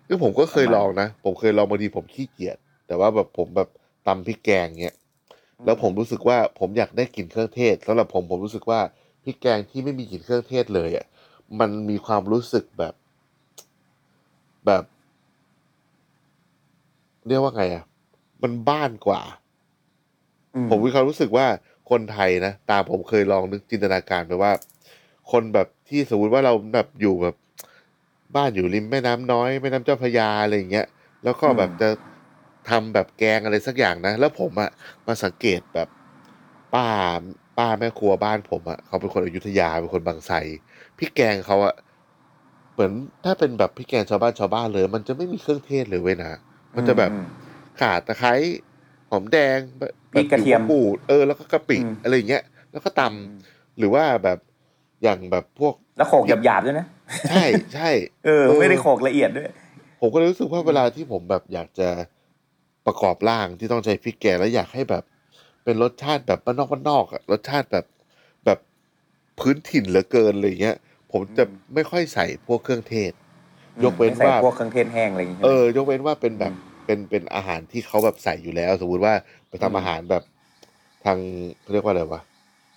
Speaker 4: คือผมก็เคย
Speaker 5: ป
Speaker 4: ล
Speaker 5: ระมาณ
Speaker 4: องนะ ผมเคยลองบางทีผมขี้เกียจแต่ว่าแบบผมแบบตำพริกแกงเนี้ย
Speaker 5: อืม
Speaker 4: แล้วผมรู้สึกว่าผมอยากได้กลิ่นเครื่องเทศสำหรับผมผมรู้สึกว่าพริกแกงที่ไม่มีกลิ่นเครื่องเทศเลยอ่ะมันมีความรู้สึกแบบ แบบ เรียกว่าไงอ่ะ มันบ้านกว่า
Speaker 5: อื
Speaker 4: ผมมีความรู้สึกว่าคนไทยนะตามผมเคยลองนึกจินตนาการไปว่า คนแบบที่สมมติว่าเราแบบอยู่แบบ บ้านอยู่ริมแม่น้ำน้อยแม่น้ำเจ้าพระยาอะไรอย่างเงี้ยแล้วก็แบบจะทำแบบแกงอะไรสักอย่างนะ แล้วผมอะมาสังเกตแบบป้าป้าแม่ครัวบ้านผมอะเขาเป็นคนอยุธยาเป็นคนบางไทรพี่แกงเขาอะเหมือนถ้าเป็นแบบพี่แกงชาวบ้านชาวบ้านเลย มันจะไม่มีเครื่องเทศเลยเว้ยนะมันจะแบบ
Speaker 5: อืม
Speaker 4: ข่าตะไคร้หอมแดงแบบ
Speaker 5: พริกกระเทียม
Speaker 4: แบบปูดเออแล้วก็กะปิ
Speaker 5: อืม
Speaker 4: อะไรอย่างเงี้ย แล้วก็ตำ
Speaker 5: อืม
Speaker 4: หรือว่าแบบอย่างแบบพวก
Speaker 5: แล้วโขกหยาบๆด้วยนะ
Speaker 4: ใช่ใช่
Speaker 5: เออไม่ได้โขกละเอียดด้วย
Speaker 4: ผมก็เลยรู้สึกว่าเวลาที่ผมแบบอยากจะประกอบร่างที่ต้องใช้พริกแกงแล้วอยากให้แบบ เป็นรสชาติแบบบ้านนอกบ้านนอกอะรสชาติแบบแบบพื้นถิ่นเหลือเกินอะไรอย่างเงี้ย ผมจะ
Speaker 5: อืม
Speaker 4: ไม่ค่อยใส่พวกเครื่องเทศ
Speaker 5: อืม
Speaker 4: ยกเว้น
Speaker 5: ไม่ใส่
Speaker 4: ว่า
Speaker 5: พวกเครื่องเทศแห้งอะไรอย่างเงี้ย
Speaker 4: เออยกเว้นว่าเป็นแบบ
Speaker 5: อืม
Speaker 4: เป็นเป็นอาหารที่เขาแบบใส่อยู่แล้ว สมมติว่าไปทำ
Speaker 5: อืม
Speaker 4: อาหารแบบทางเขาเรียกว่าอะไรวะ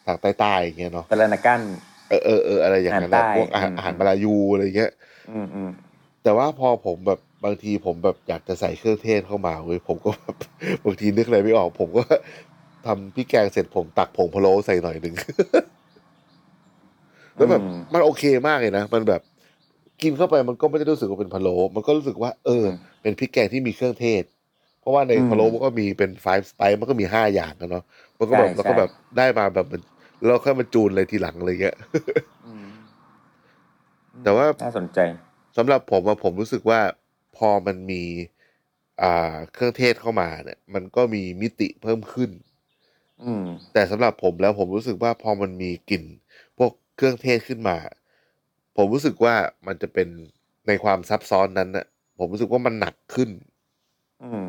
Speaker 4: ทางใต้ๆอย่างเงี้ยเนาะ
Speaker 5: ตะลนากั้น
Speaker 4: เออเออเอออะไรอย่างนั้นนะ
Speaker 5: อาหารใต้
Speaker 4: พวกอาหาร
Speaker 5: อืม
Speaker 4: อาหารมาลายูอะไรเงี้ย
Speaker 5: อืมอืม
Speaker 4: แต่ว่าพอผมแบบบางทีผมแบบอยากจะใส่เครื่องเทศเข้ามาเว้ยผมก็แบบ บางทีนึกอะไรไม่ออก ผมก็ ทำพริกแกงเสร็จผมตักผงพะโล้ใส่หน่อยหนึ่ง แล้วแบบ
Speaker 5: อืม
Speaker 4: มันโอเคมากเลยนะ มันแบบกินเข้าไปมันก็ไม่ได้รู้สึกว่าเป็นพะโล้มันก็รู้สึกว่า เออ เป็นพริกแกงที่มีเครื่องเทศ เพราะว่าใน
Speaker 5: อืม
Speaker 4: พะโล้มันก็มีเป็นไฟสไปมันก็มีห้าอย่างนะเนาะมันก็แบบ
Speaker 5: ใช่
Speaker 4: เราก็
Speaker 5: ใช่
Speaker 4: แบบได้มาแบบมันเราค่อยมาจูนเลยทีหลังอะไรเงี้ย
Speaker 5: อืม
Speaker 4: แต่ว่า
Speaker 5: น่าสนใจ
Speaker 4: สำหรับผมอะผมรู้สึกว่าพอมันมีอ่าเครื่องเทศเข้ามาเนี่ย มันก็มีมิติเพิ่มขึ้น
Speaker 5: อืม
Speaker 4: แต่สำหรับผมแล้วผมรู้สึกว่าพอมันมีกลิ่น พวกเครื่องเทศขึ้นมา ผมรู้สึกว่ามันจะเป็นในความซับซ้อนนั้นน่ะผมรู้สึกว่ามันหนักขึ้น
Speaker 5: อืม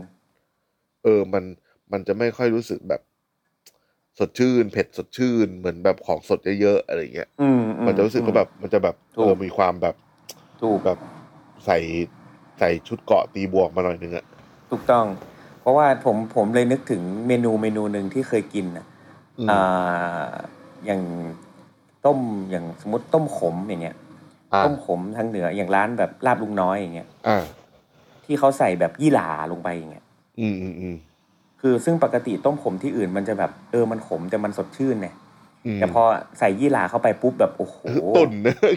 Speaker 4: เออมันมันจะไม่ค่อยรู้สึกแบบ สดชื่น เผ็ดสดชื่น เหมือนแบบของสดเยอะๆอะไรอย่างเงี้ย
Speaker 5: อืมอื
Speaker 4: มันจะรู้สึกว่าแบบมันจะแบบ
Speaker 5: ถู
Speaker 4: เอก อมีความแบบ
Speaker 5: ถูก
Speaker 4: แบบใส่ใส่ชุดเกาะตีบวกมาหน่อยนึงอะ
Speaker 5: ถูกต้อง เพราะว่าผมผมเลยนึกถึงเมนูเมนูหนึ่งที่เคยกินอ่ะ
Speaker 4: อืม
Speaker 5: อ่าอย่างต้มอย่างสมมติต้มขมอย่างเงี้ย
Speaker 4: อ่า
Speaker 5: ต้มขมทางเหนืออย่างร้านแบบลาบลุงน้อยอย่างเงี้ย
Speaker 4: อ่า
Speaker 5: ที่เขาใส่แบบยี่หร่าลงไปอย่างเงี้ย
Speaker 4: อืมอืมอืม
Speaker 5: คือซึ่งปกติต้มขมที่อื่นมันจะแบบเออมันขมแต่มันสดชื่นเนี่ย
Speaker 4: ม
Speaker 5: แต่พอใส่ยี่หร่าเข้าไปปุ๊บแบบโอ้โห
Speaker 4: ตุ่น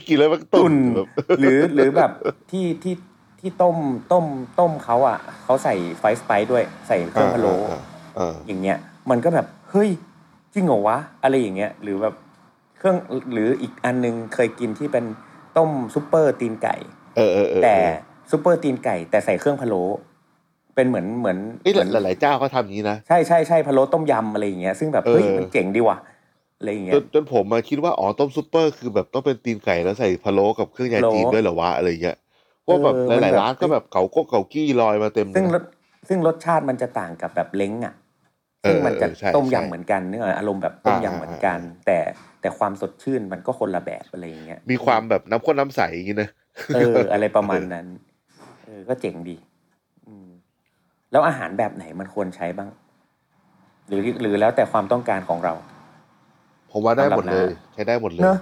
Speaker 4: กินแล้วมัน
Speaker 5: ตุ
Speaker 4: ตุ่
Speaker 5: น
Speaker 4: นแบบ
Speaker 5: หรือหรือแบบที่ที่ที่ต้มต้มต้มเขาอ่ะเขาใส่ไฟสไปซ์ด้วยใส่เครื่องพะโล้
Speaker 4: อ่าอ่าอ่า
Speaker 5: อย่างเงี้ย มันก็แบบเฮ้ยจริงเหรอวะอะไรอย่างเงี้ย หรือแบบเครื่องหรืออีกอันนึงเคยกินที่เป็นต้มซุปเปอร์ตีนไก่
Speaker 4: เออเออเออ
Speaker 5: แต่ซุปเปอร์ตีนไก่ แต่ใส่เครื่องพะโล้เป็นเหมือนเหมือน
Speaker 4: เอ้ยหลายหลายหลายเจ้าเขาทำอย่างนี้นะ
Speaker 5: ใช่ใช่ใช่พะโล้ต้มยำอะไรอย่างเงี้ยซึ่งแบบเฮ้ย
Speaker 4: เออ
Speaker 5: มันเจ๋งดีว่ะอะไรอย่างเงี้
Speaker 4: จ
Speaker 5: ย
Speaker 4: นจนผมมาคิดว่า อ๋อ ต้มซุปเปอร์คือแบบต้องเป็นตีนไก่แล้วใส่พะโล้กับเครื่องยา
Speaker 5: พะโล้
Speaker 4: จีนด้วยเหรอวะ อะไรเงี้ยว่าแบบ
Speaker 5: เออ
Speaker 4: ห
Speaker 5: มัน
Speaker 4: ลาย
Speaker 5: แบบ
Speaker 4: ๆร้านก็แบบเกาโก้เกากี้ลอยมาเต็ม
Speaker 5: ซึ่งร
Speaker 4: เลย
Speaker 5: สซึ่งรสชาติมันจะต่างกับแบบเล้งอ่ะ ซึ่งมันจะ
Speaker 4: เออเออใช่
Speaker 5: ต้ม
Speaker 4: ใช่
Speaker 5: ยำเหมือนกันเนื้ออารมณ์แบบต้มยำเหมือนกัน
Speaker 4: อ่า
Speaker 5: แต่แต่ความสดชื่นมันก็คนละแบบอะไรอย่างเงี้ย
Speaker 4: มีความแบบน้ำข้นน้ำใสอย่างนี้นะ
Speaker 5: เออ อะไรประมาณนั้น เออ ก็เจ๋งดีอืมแล้วอาหารแบบไหนมันควรใช้บ้าง หรือหรือแล้วแต่ความต้องการของเรา
Speaker 4: ผมว่าได้
Speaker 5: สำหรับ
Speaker 4: หมดเลย
Speaker 5: นะ
Speaker 4: ใช้ได้หมดเลย
Speaker 5: เนอะ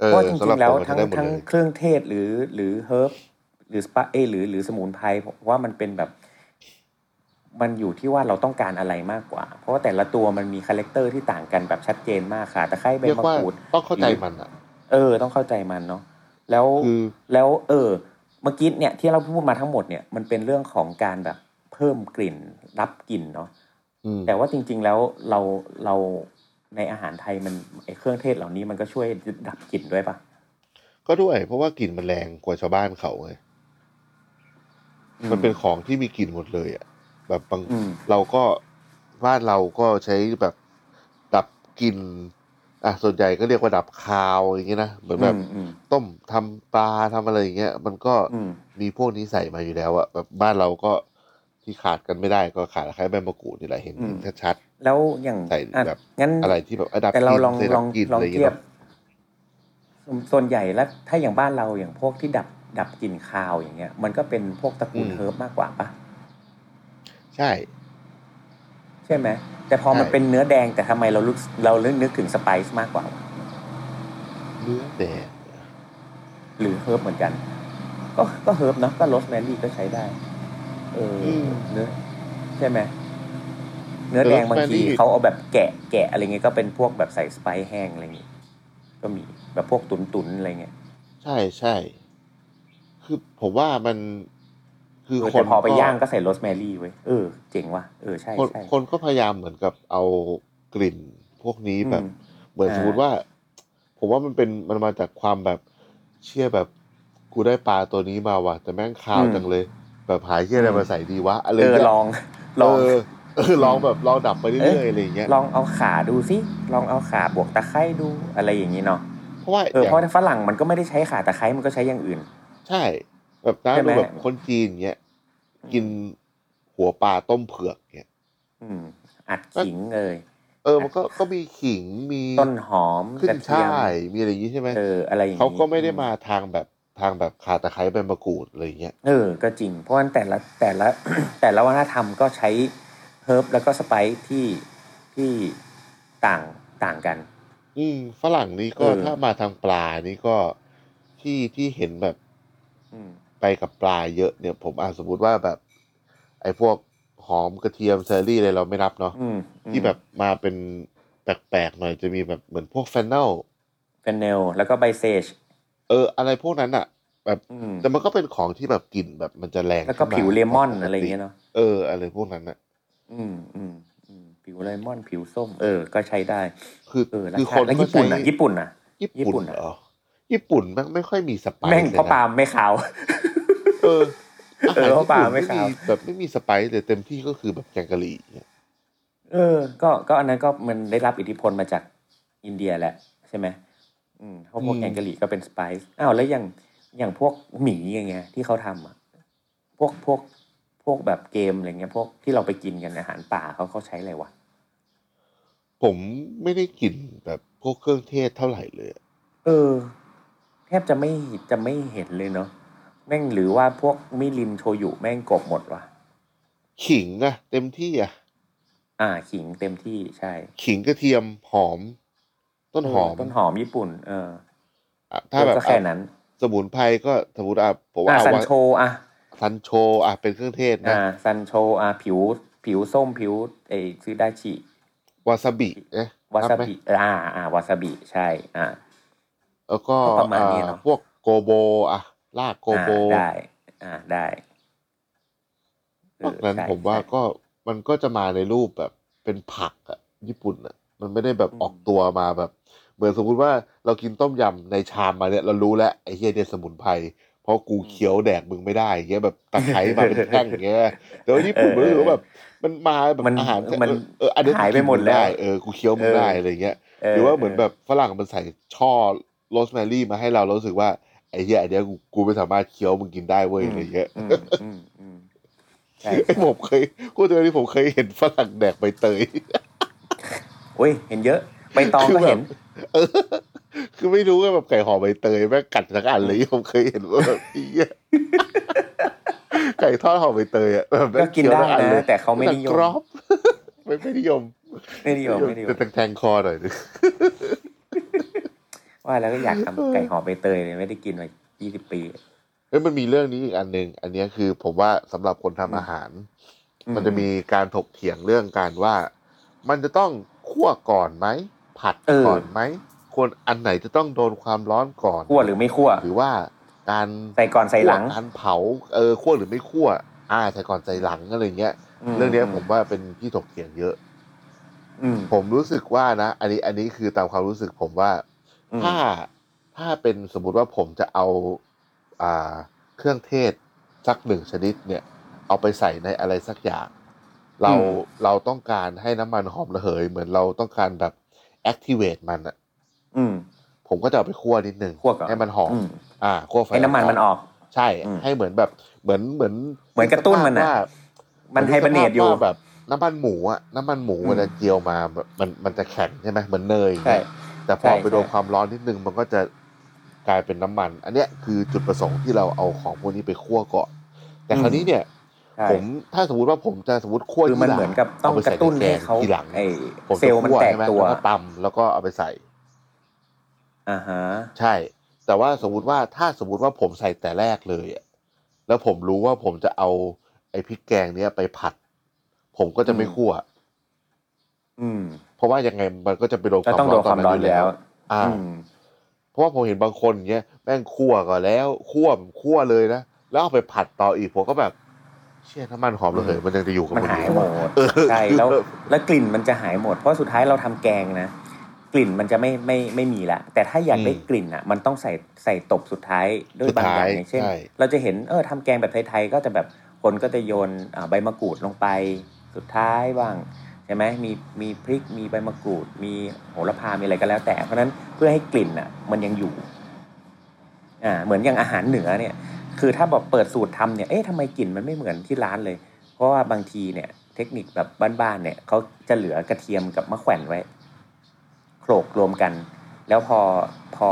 Speaker 4: เอ
Speaker 5: เพ
Speaker 4: อ
Speaker 5: ราะจ
Speaker 4: สำ
Speaker 5: ริ
Speaker 4: หรั
Speaker 5: ง
Speaker 4: บ
Speaker 5: ๆแล้ว
Speaker 4: ผม
Speaker 5: ทั้ง
Speaker 4: ใช้ได้หมด
Speaker 5: ทั้ง
Speaker 4: เลย
Speaker 5: เครื่องเทศหรือหรือเฮิร์บหรือสปาเอยหรือหรือสมุนไพรผมว่ามันเป็นแบบ มันอยู่ที่ว่าเราต้องการอะไรมากกว่า เพราะว่าแต่ละตัวมันมีคาแรคเตอร์ที่ต่างกันแบบชัดเจนมากค่ะตะไคร้ใบ
Speaker 4: เรียก
Speaker 5: มะ
Speaker 4: ว่าก
Speaker 5: รูด
Speaker 4: ต้องเข้าใจมันอ่ะ
Speaker 5: เออต้องเข้าใจมันเนาะแล้ว
Speaker 4: คือ
Speaker 5: แล้ว เออ เมื่อกี้เนี่ยที่เราพูดมาทั้งหมดเนี่ยมันเป็นเรื่องของการแบบเพิ่มกลิ่น รับกลิ่นเนาะ
Speaker 4: อืม
Speaker 5: แต่ว่าจริง ๆแล้วเราเราในอาหารไทยมันไอเครื่องเทศเหล่านี้มันก็ช่วยดับกลิ่นด้วยปะ
Speaker 4: ก็ด้วย เพราะว่ากลิ่นมันแรงกว่าชาวบ้านเขาไง
Speaker 5: อื
Speaker 4: มันเป็นของที่มีกลิ่นหมดเลยอ่ะแบบบาง
Speaker 5: อืม
Speaker 4: เราก็บ้านเราก็ใช้แบบดับกลิ่นอ่ะส่วนใหญ่ก็เรียกว่าดับคาวอย่างเงี้ยนะเหมือนแบบ
Speaker 5: อืมอืม
Speaker 4: ต้มทำปลาทำอะไรอย่างเงี้ยมันก็
Speaker 5: อืม
Speaker 4: มีพวกนี้ใส่มาอยู่แล้วอะแบบบ้านเราก็ที่ขาดกันไม่ได้ก็ขาดตะไคร้ใบมะกรูดนี่แหละเห็น
Speaker 5: อืม
Speaker 4: ชัด
Speaker 5: แล้วอย่าง
Speaker 4: ใส่
Speaker 5: อ่ะ
Speaker 4: แบบ
Speaker 5: งั้น
Speaker 4: ๆอะไรที่แบบอะดับก
Speaker 5: แต่เรา
Speaker 4: ลิ่น
Speaker 5: ลอง
Speaker 4: ใส่
Speaker 5: ล
Speaker 4: ดั
Speaker 5: อง
Speaker 4: บกลิ่น
Speaker 5: ลอ
Speaker 4: อะ
Speaker 5: ง
Speaker 4: ไรอย่าง
Speaker 5: เที
Speaker 4: เงี้
Speaker 5: ย
Speaker 4: ย
Speaker 5: บ
Speaker 4: เนอะ
Speaker 5: ส่วนส่วนใหญ่แล้วถ้าอย่างบ้านเราอย่างพวกที่ดับดับกลิ่นคาวอย่างเงี้ย มันก็เป็นพวกตระกูลเฮิร์บมากกว่าปะ
Speaker 4: ใช่
Speaker 5: ใช่ไหมแต่พอมัน
Speaker 4: ใช่
Speaker 5: เป็นเนื้อแดงแต่ทำไมเราลึกเราเลือกนึกถึงสไปซ์มากกว่า
Speaker 4: เนื้อแดง
Speaker 5: หรือเฮิร์บเหมือนกัน ก็ก็เฮิร์บเนอะก็โรสแมรี่ก็ใช้ได้เอออเนื้อใช่ไหมเนื้อแดงบางทีเขาเอาแบบแกะแกะอะไรเงี้ยก็เป็นพวกแบบใส่สไปซ์แห้งอะไรเงี้ยก็มีแบบพวกตุนตุนๆอะไรเงี้ย
Speaker 4: ใช่ใช่ คือผมว่ามันคือ
Speaker 5: เออ
Speaker 4: ค
Speaker 5: แต่
Speaker 4: น
Speaker 5: พอไป
Speaker 4: ก็
Speaker 5: ย่างก็ใส่โรสแมรี่ไว้ยเออเจ๋งว่ะเออใช่
Speaker 4: คน
Speaker 5: ใช่
Speaker 4: คนก็พยายามเหมือนกับเอากลิ่นพวกนี้แบบ
Speaker 5: อืม
Speaker 4: เหมือน
Speaker 5: อ่า
Speaker 4: สมมติว่า ผมว่ามันเป็นมันมาจากความแบบเชื่อแบบกูได้ปลาตัวนี้มาว่ะ แต่แม่งคาวจังเลย แบบหายเชี่ยอะไรมาใส่ดีวะอะไร
Speaker 5: เออ
Speaker 4: เงี้ย
Speaker 5: ลองลอง
Speaker 4: เออเออ ลองแบบลองดับไปเรื่อยๆอะไรเงี้ย
Speaker 5: ลองเอาขาดูสิลองเอาขาบวกตะไคร้ดูอะไรอย่างนี้เนาะ
Speaker 4: เพราะว่า
Speaker 5: เออ
Speaker 4: อย่าง
Speaker 5: เพราะฝรั่งมันก็ไม่ได้ใช้ขาตะไคร้มันก็ใช้อย่างอื่น
Speaker 4: ใช่ แบบน้า
Speaker 5: ใช่ไหม
Speaker 4: ดูแบบคนจีนเงี้ยกินหัวปลาต้มเผือกเงี้ย
Speaker 5: อืมอัดขิงเลย
Speaker 4: เออมันก็ก็มีขิงมี
Speaker 5: ต้นหอม
Speaker 4: ขึ้
Speaker 5: ก
Speaker 4: น
Speaker 5: ระเทีย
Speaker 4: ช่าม ยมีอะไรอย่างงี้ใช่ไหม
Speaker 5: เอออะไรอย่าง
Speaker 4: เขาก็ไม่ได้
Speaker 5: อื
Speaker 4: มาทางแบบทางแบบขาตะไคร้ใบมะกรูดอะไรอย่างเงี้ย
Speaker 5: เออ ก็จริง เพราะว่าแต่ละแต่ละ แต่ละวัฒนธรรมก็ใช้เฮิร์บแล้วก็สไปซ์ที่ที่ต่างต่างกัน
Speaker 4: อืมฝรั่งนี่ก็
Speaker 5: เออ
Speaker 4: ถ้ามาทางปลานี่ก็ที่ที่เห็นแบบ
Speaker 5: อืม
Speaker 4: ไปกับปลาเยอะเนี่ย ผมอ่าสมมติว่าแบบ ไอ้พวกหอมกระเทียมเซอรี่อะไรเราไม่นับเนาะ
Speaker 5: อืมอืม
Speaker 4: ที่แบบมาเป็นแปลกๆหน่อยจะมีแบบเหมือนพวกแฟนเนล
Speaker 5: เฟนเนลแล้วก็ใบเซจ
Speaker 4: เออ อะไรพวกนั้นอ่ะ แบบ
Speaker 5: อืม
Speaker 4: แต่มันก็เป็นของที่แบบกลิ่นแบบมันจะแรง
Speaker 5: แล้วก็
Speaker 4: ขึ้นา
Speaker 5: ผิวเลมอน
Speaker 4: กติ
Speaker 5: อะไรอย่างเงี้ยเนาะ
Speaker 4: เออ อะไรพวกนั้นอ่ะ
Speaker 5: อืมอืมอืมผิวเลมอนผิวส้ม เออ ก็ใช้ได้
Speaker 4: คือ
Speaker 5: เออรา
Speaker 4: คือ
Speaker 5: คา
Speaker 4: คน
Speaker 5: แล้ว
Speaker 4: ก็
Speaker 5: ญี่ปุ่นอ่ะ
Speaker 4: ใช้
Speaker 5: ญี่ปุ่นอ่ะ
Speaker 4: ญี่
Speaker 5: ญี่ปุ่
Speaker 4: ปุ่
Speaker 5: น
Speaker 4: น
Speaker 5: อะ
Speaker 4: เหรอญี่ปุ่นแม่งไม่ค่อยมีสไปซ์
Speaker 5: แม่ง
Speaker 4: ลย
Speaker 5: เพราะ
Speaker 4: นะ
Speaker 5: ปาล์มไม่ขาว
Speaker 4: เออ
Speaker 5: เออเพราะปลาไม่ขาว
Speaker 4: แบบไม่มีสไปซ์เลยเต็มที่ก็คือแบบแกงกะหรี่เนี่ย
Speaker 5: เออ ก็ ก็อันนั้นก็มันได้รับอิทธิพลมาจากอินเดียแหละใช่ไหมอืมเพราะพวก
Speaker 2: อืม
Speaker 5: แองกะหรี่ก็เป็นสไปซ์อ้าวแล้วอย่าง อย่างพวกหมีอย่างเงี้ยที่เขาทำอ่ะ พวก พวก พวกแบบเกมอะไรเงี้ย พวกที่เราไปกินกันอาหารป่าเขาเขาใช้อะไรวะ
Speaker 4: ผมไม่ได้กินแบบพวกเครื่องเทศเท่าไหร่เลยอะ
Speaker 5: เออ แทบจะไม่จะไม่เห็นเลยเนาะ แม่งหรือว่าพวกมิลินโชยุแม่งกลบหมดวะ
Speaker 4: ขิงอะเต็มที่อะ
Speaker 5: อ่า ขิงเต็มที่ใช่
Speaker 4: ขิงกระเทียมหอม ต้นหอม
Speaker 5: เต้นหอมญี่ปุ่น เออ
Speaker 4: อะถ้าแบบ
Speaker 5: ก็แค่นั้น
Speaker 4: สมุนไพรก็สมมุนอ่ะผมว่า
Speaker 5: อ่า
Speaker 4: เอา
Speaker 5: ซัน
Speaker 4: ว่า
Speaker 5: โชอ่ะ
Speaker 4: ซันโชอะเป็นเครื่องเทศนะ
Speaker 5: อ่าซันโชอ่าผิวผิวส้มผิวเอซื้อได้ชิ
Speaker 4: วาซาบิเอ๊ะ
Speaker 5: วา
Speaker 4: นั
Speaker 5: ซา
Speaker 4: บไหม
Speaker 5: บิอ่าอ่าวาซาบิใช่ อ่า
Speaker 4: แล้วก็
Speaker 5: ก็ประมาณนี้เนอะ
Speaker 4: อ่าพวกโกโบอะลากโกโบ
Speaker 5: อ่าได้ อ่าได้
Speaker 4: นอกนั้น
Speaker 5: เออใช่
Speaker 4: ผมว่า
Speaker 5: ใช่
Speaker 4: ก็มันก็จะมาในรูปแบบเป็นผักอะญี่ปุ่นอะมันไม่ได้แบบ
Speaker 5: อืม
Speaker 4: ออกตัวมาแบบ เหมือนสมมุติว่าเรากินต้มยำในชามมาเนี่ยเรารู้แล้วไอ้เฮียเนี่ยสมุนไพรเพราะกูเคี้ยวแดกมึงไม่ได้เงี้ยแบบตะไคร้มาเป็นแท่งเงี้ยแต่ว่าญี่ปุ่นมันรู้สึกว่าแบบมันมาแบบ
Speaker 5: มัน
Speaker 4: อาหาร
Speaker 5: มัน
Speaker 4: เอออันนี้กู
Speaker 5: หายไป
Speaker 4: กิน
Speaker 5: หมด
Speaker 4: ง
Speaker 5: แล้ว
Speaker 4: ด้เออกูเคี้ยวมึงได้อะไรเงี้ย หรือว่าเหมือนแบบฝรั่งมันใส่ช่อโรสแมรี่มาให้เราเรารู้สึกว่าไอ้เหี้ยไอเดียกูกูไม่สามารถเคี้ยวมึงกินได้เว้ยอะไรเงี้ย
Speaker 5: อืมอืมอืมใช่
Speaker 4: ไอ้ ผมเคยกูเจอที่ผมเคยเห็นฝรั่งแดกใบเตย
Speaker 5: โอ้ยเห็นเยอะใบตอง
Speaker 4: คือ
Speaker 5: ก็
Speaker 4: แบบ
Speaker 5: เห็น
Speaker 4: เออคือไม่รู้ว่าแบบไก่ห่อใบเตยแม่งกัดสักอันเลย ผมเคยเห็นว่าแบบไอ้เหี้ย ไก่ทอดห่อใบเตยอ่ะ แบบแม่ง
Speaker 5: ก็กินได้
Speaker 4: เคี้ยวสัอัเลย
Speaker 5: นะแต่เขาไม่นิยม
Speaker 4: กรอบ ไม่ไม่นิยม
Speaker 5: ไม่ดีกว่าไม่ดีกว่า
Speaker 4: แต่แทงคอหน่อยนึง
Speaker 5: ว่าแล้วก็อยากทำไก่ห่อใบเตยเลยไม่ได้กินมา 20 ปี
Speaker 4: เอ้ยมันมีเรื่องนี้อีกอันหนึ่งอันเนี้ยคือผมว่าสำหรับคนทำอาหาร มันจะมีการถกเถียงเรื่องการว่า มันจะต้องคั่วก่อนไหม ผัด
Speaker 5: เออ
Speaker 4: ก่อนไหมควรอันไหนจะต้องโดนความร้อนก่อน
Speaker 5: คั่วหรือไม่คั่ว
Speaker 4: หรือว่าการ
Speaker 5: ใส่ก่อนใส่หลัง
Speaker 4: คั่วการเผาเออคั่วหรือไม่คั่วอ่าใส่ก่อนใส่หลังอะไรเงี้ย
Speaker 5: ม
Speaker 4: เรื่องเนี้ยผมว่าเป็นที่ถกเถียงเยอะ
Speaker 5: อืม
Speaker 4: ผมรู้สึกว่านะ อันนี้อันนี้คือตามความรู้สึกผมว่า
Speaker 5: อืม
Speaker 4: ถ้าถ้าเป็นสมมติว่าผมจะเอาอ่าเครื่องเทศสักหนึ่งชนิดเนี่ย เอาไปใส่ในอะไรสักอย่าง เรา
Speaker 5: อืม
Speaker 4: เราต้องการให้น้ำมันหอมระเหย เหมือนเราต้องการแบบ activate มันอะ
Speaker 5: อืม
Speaker 4: ผมก็จะเอาไปคั่วนิดหนึ่ง
Speaker 5: คั่วก่อน
Speaker 4: ให้มันหอม
Speaker 5: อืม
Speaker 4: อ่าคั่วไฟ
Speaker 5: ให้น้ำมันมันออก
Speaker 4: ใช่
Speaker 5: อืม
Speaker 4: ให้เหมือนแบบเหมือนเหมือน
Speaker 5: เหมือนกระตุ้นมันอะ
Speaker 4: ว่า
Speaker 5: มันไฮเบอร์เนตอยู่
Speaker 4: ว่าแบบน้ำมันหมูอะน้ำมันหมู
Speaker 5: อืม
Speaker 4: เวลาเจียวมาแบบมันมันจะแข็งใช่ไหมเหมือนเนยอย่าง
Speaker 5: ใช่
Speaker 4: เงี้ย แต่พอ
Speaker 5: ใช่
Speaker 4: ไปโดน
Speaker 5: ใช่
Speaker 4: ความร้อนนิดนึงมันก็จะกลายเป็นน้ำมัน อันเนี้ยคือจุดประสงค์ที่เราเอาของพวกนี้ไปคั่วก่อนแต่คราวนี้เนี่ย
Speaker 5: ใช่
Speaker 4: ผมถ้าสมมติว่าผมจะสมมติคั่ว
Speaker 5: คือมัน
Speaker 4: ทีลั
Speaker 5: เหมือนกับต้อง
Speaker 4: เาไป
Speaker 5: ก
Speaker 4: ใส่
Speaker 5: ระตุ้น
Speaker 4: แก
Speaker 5: ให้
Speaker 4: ง
Speaker 5: เขา
Speaker 4: ทีหลัง
Speaker 5: ไอ
Speaker 4: ผม
Speaker 5: เซลล์มัน
Speaker 4: จะคั่ว
Speaker 5: แตก
Speaker 4: ใช่ไห
Speaker 5: ตัว
Speaker 4: แล้วก็ตำแล้วก็เอาไปใส่
Speaker 5: อ่าฮะ
Speaker 4: ใช่ แต่ว่าสมมติว่าถ้าสมมติว่าผมใส่แต่แรกเลยอะแล้วผมรู้ว่าผมจะเอาไอพริกแกงเนี้ยไปผัด ผมก็จะไม่
Speaker 5: อืม
Speaker 4: คั่ว
Speaker 5: อืม
Speaker 4: เพราะว่ายังไงมันก็จะไปโดนค
Speaker 5: ก็
Speaker 4: วาม
Speaker 5: ต้องโด
Speaker 4: ร้อน นต
Speaker 5: ค
Speaker 4: อ
Speaker 5: วาน ม
Speaker 4: นั้นอน
Speaker 5: ร้อ
Speaker 4: ยู่
Speaker 5: แล้
Speaker 4: แล้ว ว อ่า
Speaker 5: อืม
Speaker 4: เพราะว่าผมเห็นบางคนเงี้ยแม่งคั่วก่อนแล้วคั่วคั่วเลยนะ แล้วเอาไปผัดต่ออีกผมก็แบบ เชี่ยน้ำมันหอมระเหย
Speaker 5: อืม
Speaker 4: มันยังจะอยู่กับ
Speaker 5: มัน
Speaker 4: มันอ
Speaker 5: หาย
Speaker 4: ยู่
Speaker 5: หมด
Speaker 4: เออ
Speaker 5: ใช่แล้วแล้วกลิ่นมันจะหายหมด เพราะสุดท้ายเราทำแกงนะ กลิ่นมันจะไม่ไม่ไม่มีละ แต่ถ้าอยากได้กลิ่นอ่ะ มันต้องใส่ใส่ตบสุดท้ายด้วยบางอย่างอย่างเช่น
Speaker 4: ใช่
Speaker 5: เราจะเห็นเออทำแกงแบบไทยๆก็จะแบบคนก็จะโยนอ่าใบมะกรูดลงไปสุดท้ายบ้างใช่ไหมมีมีพริกมีใบมะกรูด มีโหระพามีอะไรก็แล้วแต่ เพราะฉะนั้นเพื่อให้กลิ่นอ่ะ มันยังอยู่อ่าเหมือนอย่างอาหารเหนือเนี่ย คือถ้าแบบเปิดสูตรทำเนี่ยเอ๊ะทำไมกลิ่นมันไม่เหมือนที่ร้านเลย เพราะว่าบางทีเนี่ย เทคนิคแบบบ้านๆเนี่ยเขาจะเหลือกระเทียมกับมะแขวนไว้โขลกรวมกัน แล้วพอพอ